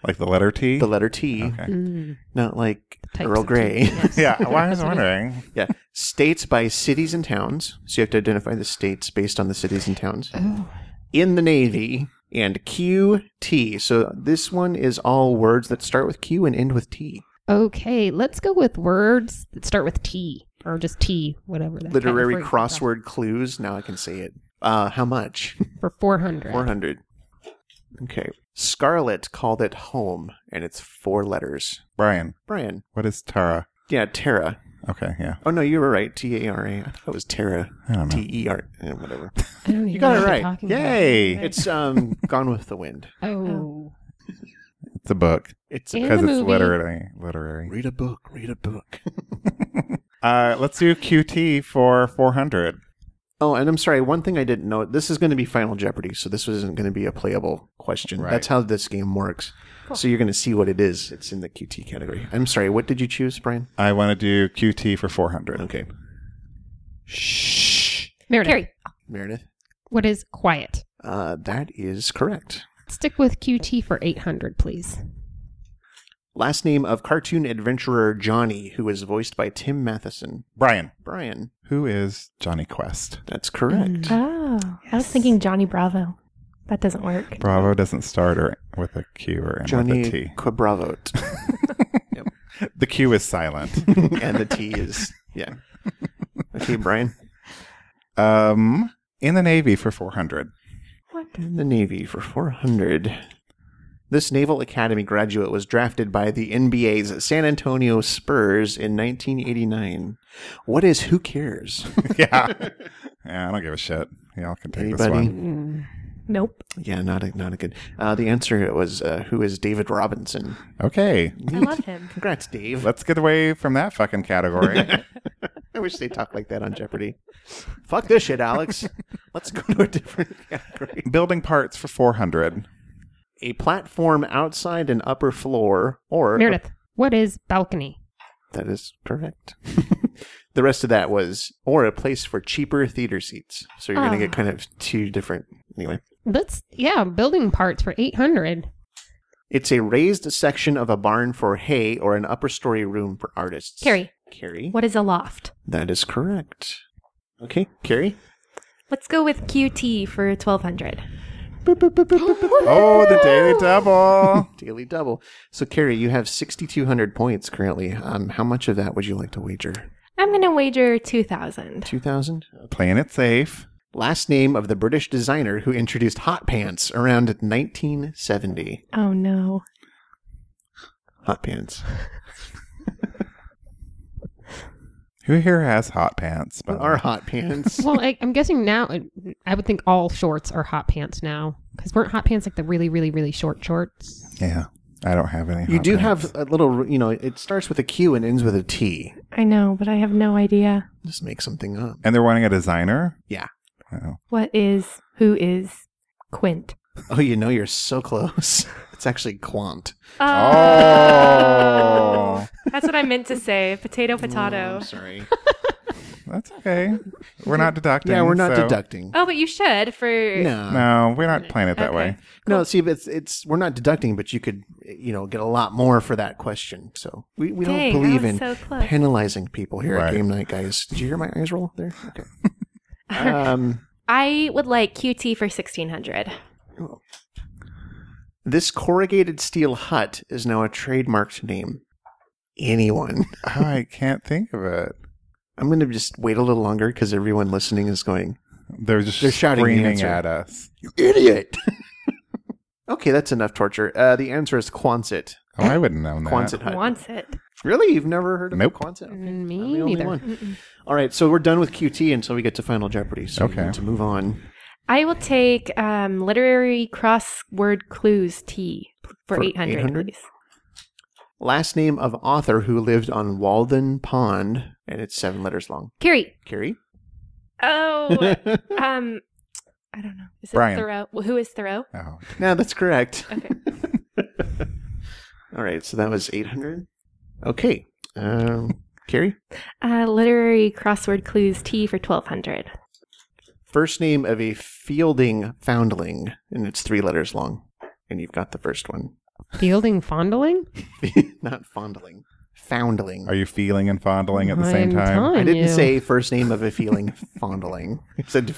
Speaker 2: Like the letter T.
Speaker 1: the letter T,
Speaker 2: Okay.
Speaker 3: Mm,
Speaker 1: not like
Speaker 3: types
Speaker 1: Earl
Speaker 3: of
Speaker 1: Grey.
Speaker 3: tea. Yes.
Speaker 2: yeah, well, I was wondering.
Speaker 1: yeah. States by cities and towns. So you have to identify the states based on the cities and towns.
Speaker 3: Oh,
Speaker 1: In the Navy, and QT. So this one is all words that start with Q and end with T.
Speaker 3: Okay, let's go with words that start with T or just T, whatever. That
Speaker 1: Literary
Speaker 3: kind of phrase is.
Speaker 1: crossword clues. Now I can say it. Uh, how much?
Speaker 3: for 400.
Speaker 1: 400. Okay. Scarlet called it home, and it's four letters.
Speaker 2: Brian,
Speaker 1: Brian.
Speaker 2: what is Tara?
Speaker 1: Yeah, Terra.
Speaker 2: Okay, yeah.
Speaker 1: Oh, no, you were right. T A R A. I thought it was Terra.
Speaker 2: I don't know.
Speaker 1: T E R. eh, Whatever.
Speaker 3: I don't even
Speaker 1: You got
Speaker 3: know
Speaker 1: it
Speaker 3: what
Speaker 1: right.
Speaker 3: I'm talking about.
Speaker 2: Yay! It's,
Speaker 1: It's um Gone with the Wind.
Speaker 3: Oh.
Speaker 2: a book
Speaker 1: It's
Speaker 3: And
Speaker 1: a,
Speaker 2: because
Speaker 3: the
Speaker 2: it's
Speaker 3: movie.
Speaker 2: literary. Literary.
Speaker 1: read a book, read a book.
Speaker 2: Uh, let's do QT for four hundred.
Speaker 1: Oh, and I'm sorry. One thing I didn't know. This is going to be Final Jeopardy, so this isn't going to be a playable question.
Speaker 2: Right.
Speaker 1: That's how this game works. So you're going to see what it is. It's in the QT category. I'm sorry. What did you choose, Brian?
Speaker 2: I want to do QT for four hundred.
Speaker 1: Okay,
Speaker 3: Meredith,
Speaker 4: Carrie.
Speaker 1: Meredith.
Speaker 3: what is quiet?
Speaker 1: Uh, that is correct.
Speaker 3: Stick with QT for 800, please.
Speaker 1: Last name of cartoon adventurer Johnny, who is voiced by Tim Matheson.
Speaker 2: Brian,
Speaker 1: Brian.
Speaker 2: who is Johnny Quest?
Speaker 1: That's correct.
Speaker 4: Oh, I was thinking Johnny Bravo. That doesn't work.
Speaker 2: Bravo doesn't start or with a Q or end with a
Speaker 1: Johnny
Speaker 2: T.
Speaker 1: Quabravot.
Speaker 2: The Q is silent.
Speaker 1: and the T is yeah. Okay, Brian.
Speaker 2: um, in the Navy for four hundred.
Speaker 4: What?
Speaker 1: in the Navy for 400. This Naval Academy graduate was drafted by the NBA's San Antonio Spurs in 1989. What is Who Cares?
Speaker 2: yeah. Yeah, I don't give a shit. Y'all can take this
Speaker 1: Anybody?
Speaker 2: one.
Speaker 4: Nope.
Speaker 1: yeah, not a, not a good. Uh, the answer was uh, Who is David Robinson?
Speaker 2: Okay.
Speaker 4: I love him.
Speaker 1: Congrats, Dave.
Speaker 2: Let's get away from that fucking category.
Speaker 1: I wish they talked like that on Jeopardy. Fuck this shit, Alex. Let's go to a different category.
Speaker 2: Building parts for 400.
Speaker 1: A platform outside an upper floor or
Speaker 3: Meredith, what is balcony?
Speaker 1: That is correct. the rest of that was, or a place for cheaper theater seats. So you're going to
Speaker 4: Ah.
Speaker 1: get kind of two different. Anyway,
Speaker 3: Let's, yeah, building parts for 800.
Speaker 1: it's a raised section of a barn for hay or an upper story room for artists.
Speaker 4: Carrie,
Speaker 1: Carrie.
Speaker 4: what is a loft?
Speaker 1: That is correct. Okay, Carrie.
Speaker 4: Let's go with QT for 1200.
Speaker 1: Boop, boop, boop, boop, boop, boop.
Speaker 2: Oh, the daily double.
Speaker 1: Daily double. So, Carrie, you have 6,200 points currently. Um, how much of that would you like to wager?
Speaker 4: I'm going to wager 2000.
Speaker 1: 2,000?
Speaker 2: Playing it safe.
Speaker 1: Last name of the British designer who introduced hot pants around 1970.
Speaker 4: Oh no.
Speaker 1: Hot pants.
Speaker 2: Who here has hot pants? by
Speaker 1: What
Speaker 2: the
Speaker 1: are
Speaker 2: way?
Speaker 1: hot pants?
Speaker 3: Well, I, I'm guessing now, I would think all shorts are hot pants now. Because weren't hot pants like the really, really, really short shorts?
Speaker 2: Yeah. I don't have any.
Speaker 1: You
Speaker 2: hot
Speaker 1: do
Speaker 2: pants.
Speaker 1: have a little, you know, it starts with a Q and ends with a T.
Speaker 4: I know, but I have no idea
Speaker 1: Just make something up.
Speaker 2: And they're wanting a designer?
Speaker 1: Yeah.
Speaker 2: Oh.
Speaker 4: what is who is Quint.
Speaker 1: Oh, you know, you're so close. It's actually Quant.
Speaker 2: Oh.
Speaker 4: That's what I meant to say. Potato
Speaker 1: Oh,
Speaker 4: potato.
Speaker 1: I'm sorry.
Speaker 2: That's okay. We're not deducting.
Speaker 1: yeah, we're not
Speaker 2: so-
Speaker 1: deducting.
Speaker 4: Oh, but you should for
Speaker 1: No. no.
Speaker 2: No, we're not playing it that way.
Speaker 4: Okay.
Speaker 1: see, but it's, it's we're not deducting, but you could, you know, get a lot more for that question. So we, we
Speaker 4: Dang, I
Speaker 1: don't believe
Speaker 4: was
Speaker 1: in
Speaker 4: so close.
Speaker 1: penalizing people here
Speaker 2: Right.
Speaker 1: at game night, guys. Did you hear my eyes roll there? Okay. um,
Speaker 4: I would like QT for 1600.
Speaker 1: this corrugated steel hut is now a trademarked name. Anyone.
Speaker 2: Oh, I can't think of it.
Speaker 1: I'm going to just wait a little longer because everyone listening is going,
Speaker 2: They're just
Speaker 1: They're shouting the
Speaker 2: screaming
Speaker 1: answer.
Speaker 2: at us.
Speaker 1: You idiot! okay, that's enough torture. Uh, the answer is Quonset.
Speaker 2: Oh, I wouldn't know that.
Speaker 1: Quonset Hut.
Speaker 4: Wants it.
Speaker 1: Really? You've never heard of
Speaker 2: Nope.
Speaker 1: Quonset?
Speaker 3: Mm, Me
Speaker 1: I'm the only
Speaker 3: neither.
Speaker 1: one. All right, so we're done with QT until we get to Final Jeopardy. So we
Speaker 2: Okay.
Speaker 1: need to move on.
Speaker 4: I will take um, literary crossword clues T for,
Speaker 1: For
Speaker 4: 800,
Speaker 1: 800?
Speaker 4: please.
Speaker 1: Last name of author who lived on Walden Pond, and it's seven letters long.
Speaker 4: Carrie.
Speaker 1: Carrie?
Speaker 4: Oh, um, I don't know. Is it
Speaker 2: Brian.
Speaker 4: Thoreau? Well, who is Thoreau?
Speaker 2: Oh,
Speaker 1: No, that's correct.
Speaker 4: Okay.
Speaker 1: All right, so that was 800. Okay. Um, Carrie?
Speaker 4: Uh, literary crossword clues T for 1200.
Speaker 1: First name of a Fielding foundling, and it's three letters long. And you've got the first one.
Speaker 3: Fielding fondling?
Speaker 1: Not fondling. Foundling.
Speaker 2: are you feeling and fondling at the same
Speaker 3: I'm
Speaker 2: time?
Speaker 1: I
Speaker 3: telling
Speaker 1: didn't
Speaker 3: you.
Speaker 1: say first name of a feeling fondling. I said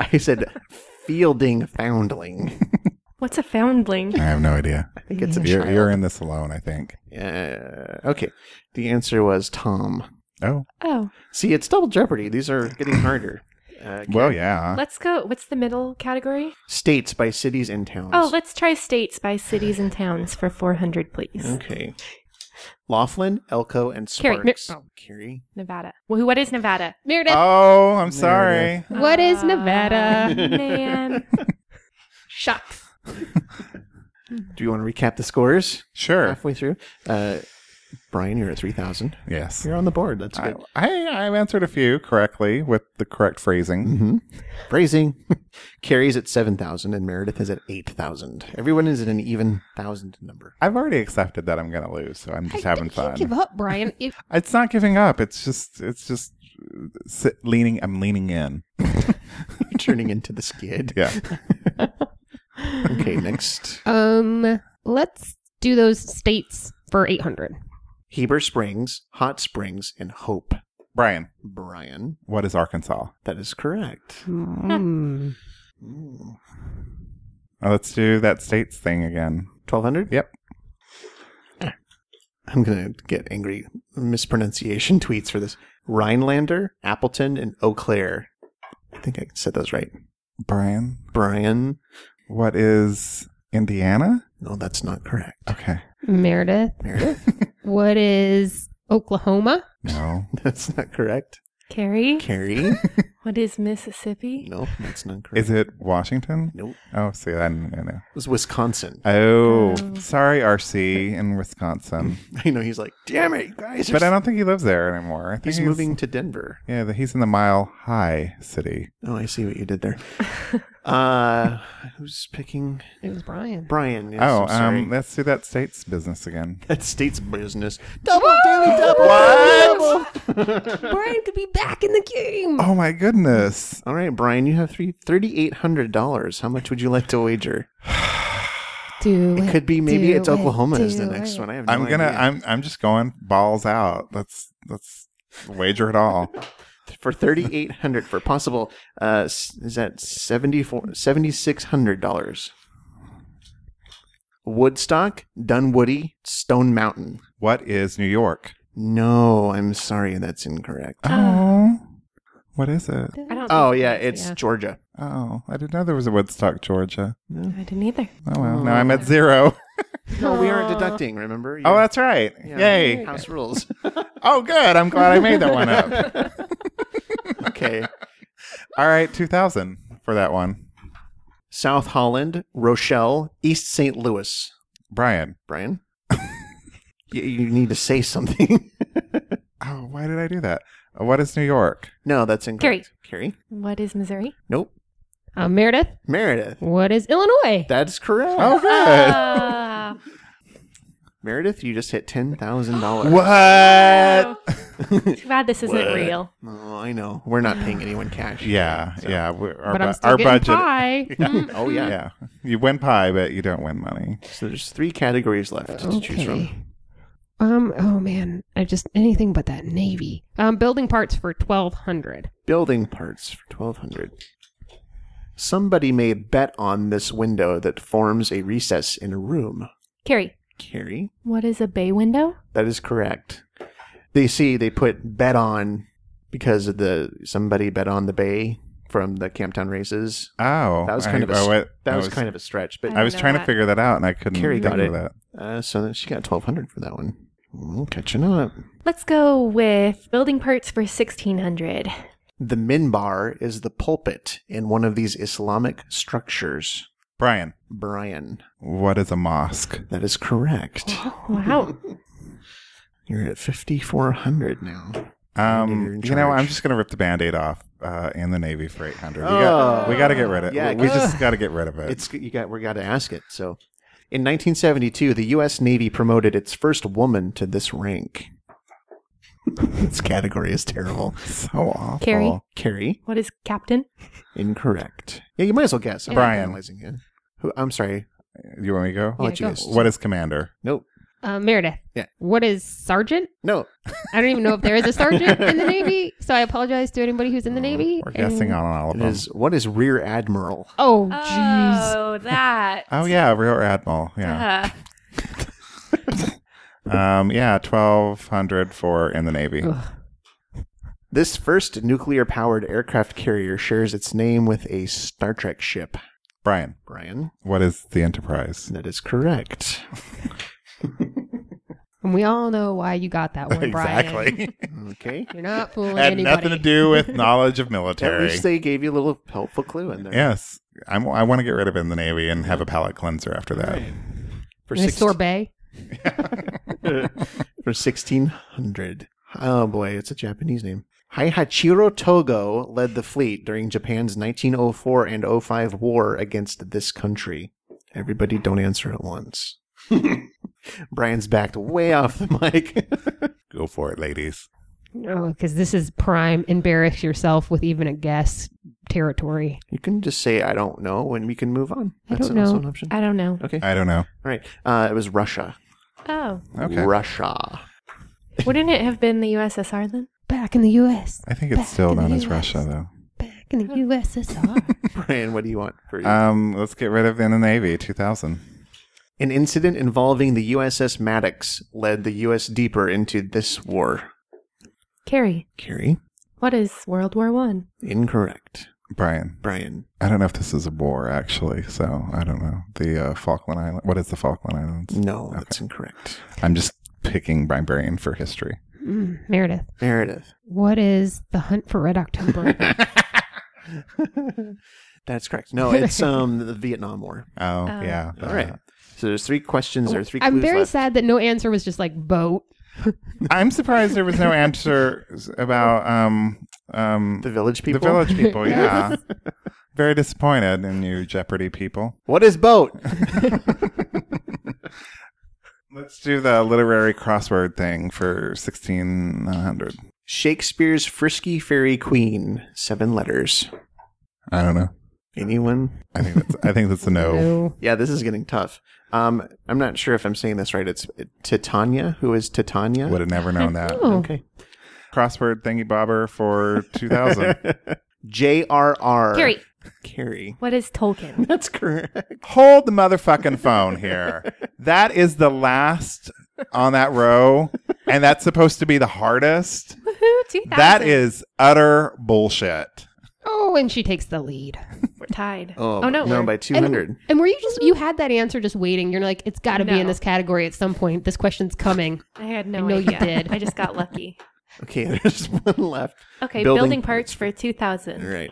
Speaker 1: I said Fielding Foundling.
Speaker 4: What's a foundling?
Speaker 2: I have no idea.
Speaker 1: I think it's a
Speaker 2: You're,
Speaker 1: child.
Speaker 2: you're in this alone, I think.
Speaker 1: Yeah. Okay. The answer was Tom.
Speaker 2: Oh,
Speaker 4: Oh,
Speaker 1: See, it's double jeopardy. These are getting harder. Uh,
Speaker 2: well, yeah.
Speaker 4: let's go. What's the middle category?
Speaker 1: states by cities and towns.
Speaker 4: Oh, let's try states by cities and towns for 400, please.
Speaker 1: okay. Laughlin, Elko, and
Speaker 3: Carrie, mi-
Speaker 1: Sparks.
Speaker 3: oh.
Speaker 1: Carrie.
Speaker 4: Nevada. Well, what is Nevada?
Speaker 3: Meredith,
Speaker 2: Oh, I'm sorry.
Speaker 3: what is
Speaker 4: Ah,
Speaker 3: Nevada?
Speaker 4: Man.
Speaker 3: Shucks.
Speaker 1: Do you want to recap the scores
Speaker 2: Sure.
Speaker 1: halfway through? Uh, Brian, you're at 3,000.
Speaker 2: Yes.
Speaker 1: You're on the board. That's
Speaker 2: I,
Speaker 1: good.
Speaker 2: I, I've answered a few correctly with the correct phrasing.
Speaker 1: hmm Phrasing. Carrie's at 7,000 and Meredith is at 8,000. Everyone is at an even thousand number.
Speaker 2: I've already accepted that I'm going to lose, so I'm just having
Speaker 3: Don't you
Speaker 2: fun.
Speaker 3: Give up, Brian. If,
Speaker 2: It's not giving up. It's just, it's just uh, sit, leaning. I'm leaning in.
Speaker 1: Turning into the skid.
Speaker 2: Yeah.
Speaker 1: Okay, next.
Speaker 3: um, let's do those states for 800.
Speaker 1: Heber Springs, Hot Springs, and Hope.
Speaker 2: Brian,
Speaker 1: Brian.
Speaker 2: what is Arkansas?
Speaker 1: That is correct.
Speaker 3: Mm.
Speaker 1: Mm.
Speaker 2: Oh, let's do that states thing again.
Speaker 1: 1200?
Speaker 2: Yep.
Speaker 1: I'm going to get angry mispronunciation tweets for this. Rhinelander, Appleton, and Eau Claire. I think I said those right.
Speaker 2: Brian,
Speaker 1: Brian.
Speaker 2: what is Indiana?
Speaker 1: No, that's not correct.
Speaker 2: Okay.
Speaker 3: Meredith,
Speaker 1: Meredith?
Speaker 3: what is Oklahoma?
Speaker 2: No.
Speaker 1: that's not correct.
Speaker 4: Carrie.
Speaker 1: Carrie?
Speaker 4: What is Mississippi?
Speaker 1: No, that's not correct.
Speaker 2: Is it Washington?
Speaker 1: Nope.
Speaker 2: Oh, see, I didn't I know.
Speaker 1: It was Wisconsin.
Speaker 2: Oh,
Speaker 4: Oh.
Speaker 2: sorry, RC in Wisconsin.
Speaker 1: I know he's like, damn it, you guys. are
Speaker 2: but I
Speaker 1: s-"
Speaker 2: don't think he lives there anymore. I think
Speaker 1: he's moving to Denver.
Speaker 2: Yeah, the- he's in the Mile High City.
Speaker 1: Oh, I see what you did there. uh, who's picking
Speaker 3: It was Brian.
Speaker 1: Brian? Yes,
Speaker 2: oh,
Speaker 1: I'm sorry.
Speaker 2: um, let's do that state's business again.
Speaker 1: That's state's business. Double daily double.
Speaker 3: Brian could be back in the game.
Speaker 2: Oh my goodness.
Speaker 1: All right, Brian, you have three thirty eight hundred dollars. How much would you like to wager?
Speaker 3: Do
Speaker 1: It could be maybe
Speaker 3: do
Speaker 1: it's Oklahoma is the
Speaker 3: do
Speaker 1: next
Speaker 3: it.
Speaker 1: one. I have no
Speaker 2: I'm gonna.
Speaker 1: idea.
Speaker 2: I'm. I'm just going balls out. Let's. Let's wager it all.
Speaker 1: for thirty eight hundred for possible. Uh, s- is that seventy four seventy six hundred dollars? Woodstock, Dunwoody, Stone Mountain.
Speaker 2: what is New York?
Speaker 1: No, I'm sorry, that's incorrect.
Speaker 2: Oh, what is it?
Speaker 4: I don't.
Speaker 1: Oh yeah, it's
Speaker 3: Yeah.
Speaker 1: Georgia.
Speaker 2: Oh, I didn't know there was a Woodstock, Georgia.
Speaker 4: I didn't either.
Speaker 2: Oh well, now I'm at zero.
Speaker 1: No, we aren't deducting. Remember?
Speaker 2: Oh,
Speaker 1: You're-
Speaker 2: that's right.
Speaker 1: yeah,
Speaker 2: Yay.
Speaker 1: House rules.
Speaker 2: Oh, good. I'm glad I made that one up.
Speaker 1: okay.
Speaker 2: All right, 2000 for that one.
Speaker 1: South Holland, Rochelle, East St. Louis.
Speaker 2: Brian.
Speaker 1: Brian? you, you need to say something.
Speaker 2: Oh, why did I do that? Uh, What is New York?
Speaker 1: no, that's incorrect. Carrie.
Speaker 4: What is Missouri?
Speaker 1: Nope.
Speaker 3: Uh, Meredith,
Speaker 1: Meredith.
Speaker 3: what is Illinois?
Speaker 1: That's correct.
Speaker 2: Oh, good.
Speaker 4: Ah.
Speaker 1: Meredith, you just hit $10,000.
Speaker 2: what?
Speaker 4: Too bad this isn't
Speaker 1: What?
Speaker 4: real.
Speaker 1: Oh, I know. We're not paying anyone cash.
Speaker 2: Yeah,
Speaker 1: So-
Speaker 2: yeah. we- Our,
Speaker 3: but I'm
Speaker 2: bu-
Speaker 3: still
Speaker 2: our
Speaker 3: getting
Speaker 2: budget.
Speaker 3: pie.
Speaker 2: Mm-hmm.
Speaker 3: Mm.
Speaker 1: Oh, yeah.
Speaker 2: Yeah. You win pie, but you don't win money.
Speaker 1: So there's three categories left to choose from.
Speaker 3: Um. Oh man, I just anything but that navy. Um, building parts for twelve hundred.
Speaker 1: Building parts for 1200 Somebody may bet on this window that forms a recess in a room.
Speaker 4: Carrie.
Speaker 1: Carrie?
Speaker 4: What is a bay window?
Speaker 1: That is correct. They see they put bet on because of the somebody bet on the bay from the Camptown races.
Speaker 2: Oh.
Speaker 1: That was
Speaker 2: I-
Speaker 1: kind of a,
Speaker 2: oh,
Speaker 1: s-
Speaker 2: it-
Speaker 1: that
Speaker 2: I
Speaker 1: was, kind of a stretch, but
Speaker 2: I was
Speaker 4: know
Speaker 2: trying to
Speaker 4: that.
Speaker 2: figure that out and I couldn't
Speaker 1: Carrie got
Speaker 2: think of
Speaker 1: it.
Speaker 2: that.
Speaker 1: uh, so then she got twelve hundred for that one. Mm, Catching up.
Speaker 4: Let's go with building parts for 1600.
Speaker 1: The minbar is the pulpit in one of these Islamic structures.
Speaker 2: Brian,
Speaker 1: Brian,
Speaker 2: what is a mosque?
Speaker 1: that is correct.
Speaker 4: Wow.
Speaker 1: You're at fifty four hundred now. You're
Speaker 2: Um,
Speaker 1: in
Speaker 2: you know, I'm
Speaker 1: charge.
Speaker 2: just going to rip the band aid off uh, in the Navy for 800. We got,
Speaker 1: Oh.
Speaker 2: we got to get rid of it.
Speaker 1: Yeah,
Speaker 2: we just
Speaker 3: ugh.
Speaker 2: got to get rid of it.
Speaker 1: It's you got we got to ask it. So, in 1972, the U.S. Navy promoted its first woman to this rank. this category is terrible.
Speaker 2: so awful.
Speaker 4: Carrie.
Speaker 1: Carrie,
Speaker 4: What is captain?
Speaker 1: incorrect. Yeah, you might as well guess. I'm
Speaker 2: Brian.
Speaker 1: analyzing it. Who? I'm sorry.
Speaker 2: You want me to go?
Speaker 1: I'll
Speaker 3: Yeah,
Speaker 1: let you
Speaker 3: go.
Speaker 1: guess.
Speaker 2: What is commander?
Speaker 1: Nope.
Speaker 3: Uh, Meredith.
Speaker 1: Yeah.
Speaker 3: What is sergeant?
Speaker 1: No,
Speaker 3: I don't even know if there is a sergeant in the Navy, so I apologize to anybody who's in the Navy.
Speaker 2: We're
Speaker 3: and-
Speaker 2: guessing on all of
Speaker 1: it
Speaker 2: them.
Speaker 1: is what is Rear Admiral?
Speaker 3: Oh, jeez.
Speaker 4: Oh, that.
Speaker 2: Oh yeah, Rear Admiral. Yeah.
Speaker 4: Uh,
Speaker 2: Um yeah, twelve hundred for in the Navy.
Speaker 3: Ugh.
Speaker 1: This first nuclear powered aircraft carrier shares its name with a Star Trek ship.
Speaker 2: Brian,
Speaker 1: Brian,
Speaker 2: what is the Enterprise?
Speaker 1: that is correct.
Speaker 3: And we all know why you got that one, Brian.
Speaker 2: exactly.
Speaker 1: Okay.
Speaker 3: You're not fooling
Speaker 2: Had
Speaker 3: anybody.
Speaker 2: nothing to do with knowledge of
Speaker 1: At
Speaker 2: military.
Speaker 1: least they gave you a little helpful clue in there.
Speaker 2: Yes. I'm, I want to get rid of in the Navy and have a palate cleanser after that.
Speaker 1: For,
Speaker 3: Nice
Speaker 1: six,
Speaker 3: sorbet.
Speaker 1: for 1600. Oh boy, it's a Japanese name. Haihachiro Togo led the fleet during Japan's 1904 and 05 war against this country. Everybody don't answer at once. Brian's backed way off the mic.
Speaker 2: Go for it, ladies.
Speaker 3: No, because this is prime embarrass yourself with even a guess territory.
Speaker 1: you can just say, I don't know, and we can move on.
Speaker 3: I
Speaker 1: That's
Speaker 3: don't know.
Speaker 1: also an option.
Speaker 4: I don't know.
Speaker 1: Okay.
Speaker 2: I don't know.
Speaker 1: All right. Uh, it was Russia.
Speaker 4: Oh,
Speaker 2: Okay.
Speaker 1: Russia.
Speaker 4: wouldn't it have been the USSR then?
Speaker 3: Back in the U.S.
Speaker 2: I think it's
Speaker 3: Back
Speaker 2: still
Speaker 3: in the
Speaker 2: known as
Speaker 3: US.
Speaker 2: Russia,
Speaker 3: Back in the USSR.
Speaker 1: Brian, what do you want for
Speaker 2: though. Um, let's get rid of in the Navy, 2000.
Speaker 1: An incident involving the USS Maddox led the U.S. deeper into this war.
Speaker 4: Carrie,
Speaker 1: Carrie?
Speaker 4: what is World War One?
Speaker 1: Incorrect.
Speaker 2: Brian,
Speaker 1: Brian.
Speaker 2: I don't know if this is a war, actually, so I don't know. The uh, Falkland Island. What is the Falkland Islands?
Speaker 1: No, that's incorrect.
Speaker 2: I'm just picking Brian for history.
Speaker 3: mm, Meredith,
Speaker 1: Meredith.
Speaker 3: what is the hunt for Red October?
Speaker 1: That's correct. No, it's um the Vietnam War.
Speaker 2: Oh, yeah.
Speaker 1: All right. So there's three questions or three clues
Speaker 3: Oh, I'm very
Speaker 1: left.
Speaker 3: sad that no answer was just like boat.
Speaker 2: I'm surprised there was no answer about um um
Speaker 1: The village
Speaker 2: the
Speaker 1: people.
Speaker 2: village people. Yeah, very disappointed in you, Jeopardy people.
Speaker 1: What is boat?
Speaker 2: Let's do the literary crossword thing for sixteen hundred.
Speaker 1: Shakespeare's Frisky Fairy Queen. Seven letters.
Speaker 2: I don't know.
Speaker 1: Anyone?
Speaker 2: I think that's I think that's a no.
Speaker 1: Yeah, this is getting tough. Um, I'm not sure if I'm saying this right. It's Titania. Who is Titania?
Speaker 2: Would have never known that
Speaker 3: Oh,
Speaker 1: Okay.
Speaker 2: crossword thingy bobber for two thousand.
Speaker 1: J.R.R.
Speaker 3: Carrie.
Speaker 1: Carrie.
Speaker 4: What is Tolkien?
Speaker 1: That's correct.
Speaker 2: Hold the motherfucking phone here. That is the last on that row, and that's supposed to be the hardest.
Speaker 4: Woohoo! Two thousand.
Speaker 2: That is utter bullshit.
Speaker 3: Oh, and she takes the lead.
Speaker 4: We're tied.
Speaker 1: Oh,
Speaker 4: no,
Speaker 1: no,
Speaker 4: we're-
Speaker 1: by 200.
Speaker 3: And were you just you had that answer just waiting? You're like, it's got to be in
Speaker 4: No.
Speaker 3: this category at some point. This question's coming.
Speaker 4: I had no
Speaker 3: I know you
Speaker 4: idea.
Speaker 3: did.
Speaker 4: I just got lucky.
Speaker 1: Okay, there's one left.
Speaker 4: Okay,
Speaker 1: Building
Speaker 4: building, parts for two thousand.
Speaker 1: All right.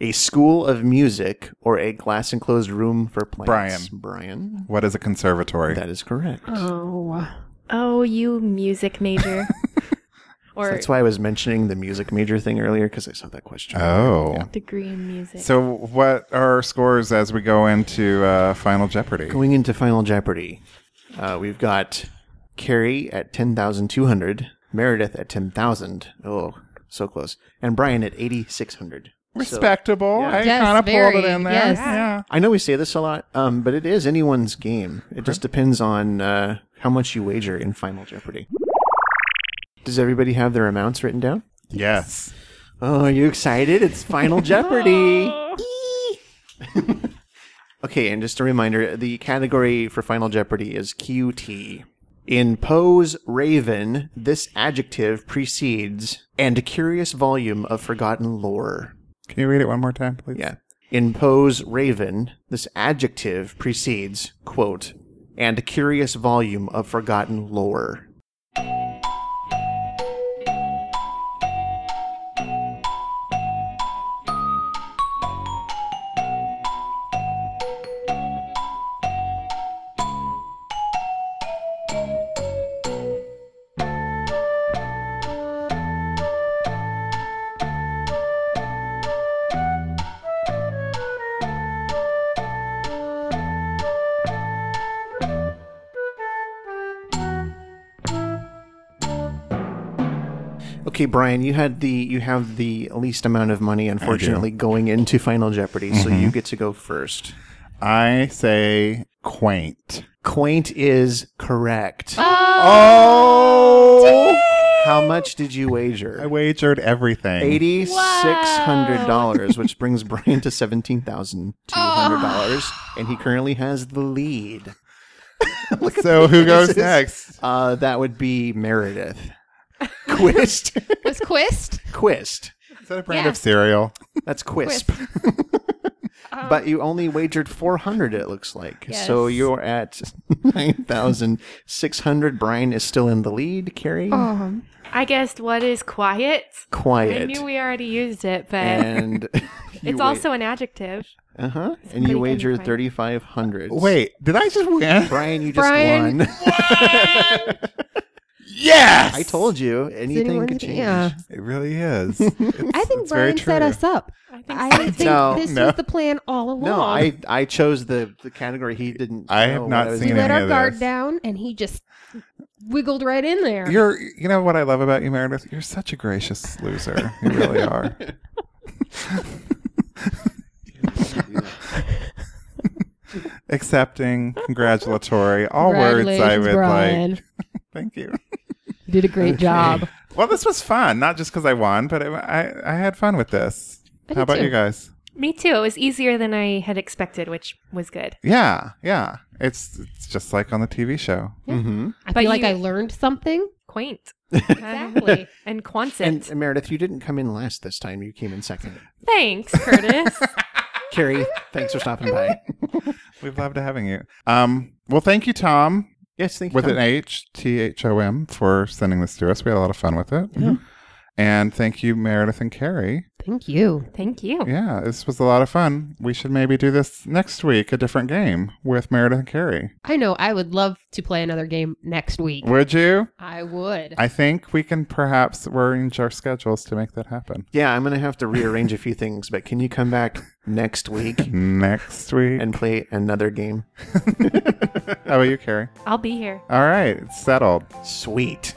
Speaker 1: A school of music or a glass enclosed room for plants. Brian.
Speaker 2: What is a conservatory?
Speaker 1: That is correct.
Speaker 3: Oh,
Speaker 4: Oh, you music major. or
Speaker 1: That's why I was mentioning the music major thing earlier because I saw that question.
Speaker 2: oh.
Speaker 4: degree in music.
Speaker 2: So what are our scores as we go into uh, Final Jeopardy?
Speaker 1: Going into Final Jeopardy, uh, we've got Carrie at 10,200, Meredith at 10,000. Oh, so close. And Brian at 8,600. So-
Speaker 2: Respectable.
Speaker 1: Yeah.
Speaker 2: I
Speaker 3: Yes,
Speaker 2: kind of pulled it
Speaker 3: very.
Speaker 2: in there.
Speaker 3: Yes.
Speaker 2: Yeah.
Speaker 1: I know we say this a lot, um, but it is anyone's game. It just depends on uh, how much you wager in Final Jeopardy. Does everybody have their amounts written down?
Speaker 2: Yes.
Speaker 1: Oh, are you excited? It's Final Jeopardy! Eee. okay, and just a reminder the category for Final Jeopardy is QT. In Poe's Raven, this adjective precedes and curious volume of forgotten lore.
Speaker 2: Can you read it one more time, please?
Speaker 1: Yeah. In Poe's Raven, this adjective precedes, quote, and curious volume of forgotten lore. Okay, Brian, you had the you have the least amount of money, unfortunately, going into Final Jeopardy, so you get to go first.
Speaker 2: I say quaint.
Speaker 1: Quaint is correct.
Speaker 2: Oh!
Speaker 1: How much did you
Speaker 2: I
Speaker 1: wager?
Speaker 2: wagered everything.
Speaker 1: Eighty six hundred dollars, which brings Brian to seventeen thousand two hundred dollars, and he currently has the lead.
Speaker 2: So who goes
Speaker 1: This is-
Speaker 2: next?
Speaker 1: Uh, that would be Meredith. Quist,
Speaker 3: Was Quist?
Speaker 1: Quist.
Speaker 2: Is that a brand
Speaker 3: Yeah.
Speaker 2: of cereal?
Speaker 1: That's Quisp. but you only wagered 400 it looks like so
Speaker 3: Yes.
Speaker 1: you're at 9600 brian is still in the lead carrie
Speaker 4: Oh, I guessed what is quiet. I
Speaker 1: quiet
Speaker 4: knew we already used it, but
Speaker 1: and you
Speaker 4: it's
Speaker 1: wa-
Speaker 4: also an adjective.
Speaker 1: uh-huh and you
Speaker 4: pretty
Speaker 1: wager
Speaker 4: unquiet.
Speaker 1: 3500
Speaker 2: Wait, did I just win?
Speaker 1: brian you just
Speaker 3: Brian.
Speaker 1: won
Speaker 2: Yes,
Speaker 1: i told you anything
Speaker 3: anyone-
Speaker 1: could change
Speaker 3: yeah.
Speaker 2: It really is. It's-
Speaker 3: I think
Speaker 2: it's very
Speaker 3: Brian set
Speaker 2: true.
Speaker 3: us up.
Speaker 4: I think
Speaker 3: I
Speaker 4: so.
Speaker 3: think
Speaker 1: No,
Speaker 3: this
Speaker 2: no.
Speaker 3: was the plan all along.
Speaker 1: no i i chose the the category he didn't
Speaker 2: I have
Speaker 1: know
Speaker 2: not
Speaker 1: what was
Speaker 2: seen
Speaker 3: we
Speaker 1: doing.
Speaker 2: any
Speaker 3: let
Speaker 2: of
Speaker 3: our guard
Speaker 2: this.
Speaker 3: down, and he just wiggled right in there.
Speaker 2: You're, you know what I love about you, Meredith? You're such a gracious loser. You really are. Accepting, congratulatory, all words I
Speaker 3: Congratulations,
Speaker 2: would
Speaker 3: Brian.
Speaker 2: like. Thank you.
Speaker 3: You did a great job.
Speaker 2: Well, this was fun, not just because I won, but it, I, I had fun with this.
Speaker 3: I did
Speaker 2: How about
Speaker 3: too.
Speaker 2: you guys?
Speaker 4: Me too. It was easier than I had expected, which was good.
Speaker 2: Yeah, yeah. It's it's just like on the TV show.
Speaker 1: Mhm.
Speaker 3: I
Speaker 4: But
Speaker 3: feel like
Speaker 4: you-
Speaker 3: I learned something.
Speaker 4: Quaint.
Speaker 3: Exactly.
Speaker 4: and quonset.
Speaker 1: and uh, Meredith, you didn't come in last this time. You came in second.
Speaker 4: Thanks, Curtis.
Speaker 1: Carrie, thanks for stopping by.
Speaker 2: We've loved having you. Um, well, thank you, Tom,
Speaker 1: Yes, thank you.
Speaker 2: with
Speaker 1: Tom.
Speaker 2: an H T H O M for sending this to us. We had a lot of fun with it. And thank you, Meredith and Carrie.
Speaker 3: Thank you.
Speaker 4: Thank you.
Speaker 2: Yeah, this was a lot of fun. We should maybe do this next week, a different game with Meredith and Carrie.
Speaker 3: I know. I would love to play another game next week.
Speaker 2: Would you?
Speaker 3: I would.
Speaker 2: I think we can perhaps arrange our schedules to make that happen.
Speaker 1: Yeah, I'm gonna have to rearrange a few things, but can you come back next week
Speaker 2: Next week.
Speaker 1: and play another game?
Speaker 2: How about you, Carrie?
Speaker 4: I'll be here.
Speaker 2: All right, it's settled.
Speaker 1: Sweet.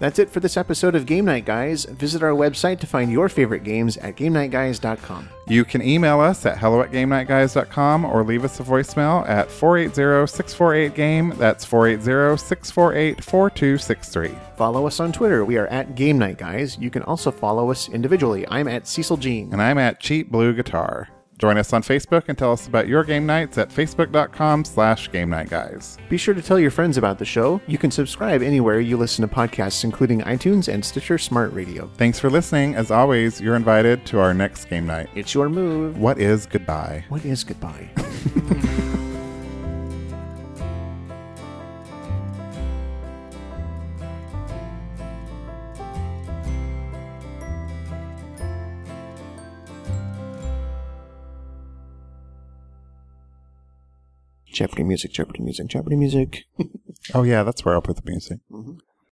Speaker 1: That's it for this episode of Game Night Guys. Visit our website to find your favorite games at GameNightGuys.com.
Speaker 2: You can email us at hello at GameNightGuys.com or leave us a voicemail at 480-648-GAME. That's 480-648-4263.
Speaker 1: Follow us on Twitter. We are at Game Night Guys. You can also follow us individually. I'm at Cecil Jean.
Speaker 2: And I'm at Cheap Blue Guitar. Join us on Facebook and tell us about your game nights at facebook.com slash game night guys.
Speaker 1: Be sure to tell your friends about the show. You can subscribe anywhere you listen to podcasts, including iTunes and Stitcher Smart Radio.
Speaker 2: Thanks for listening. As always, you're invited to our next game night.
Speaker 1: It's your move.
Speaker 2: What is goodbye?
Speaker 1: What is goodbye? Jeopardy music, Jeopardy music, Jeopardy music.
Speaker 2: Oh yeah, that's where I'll put the music.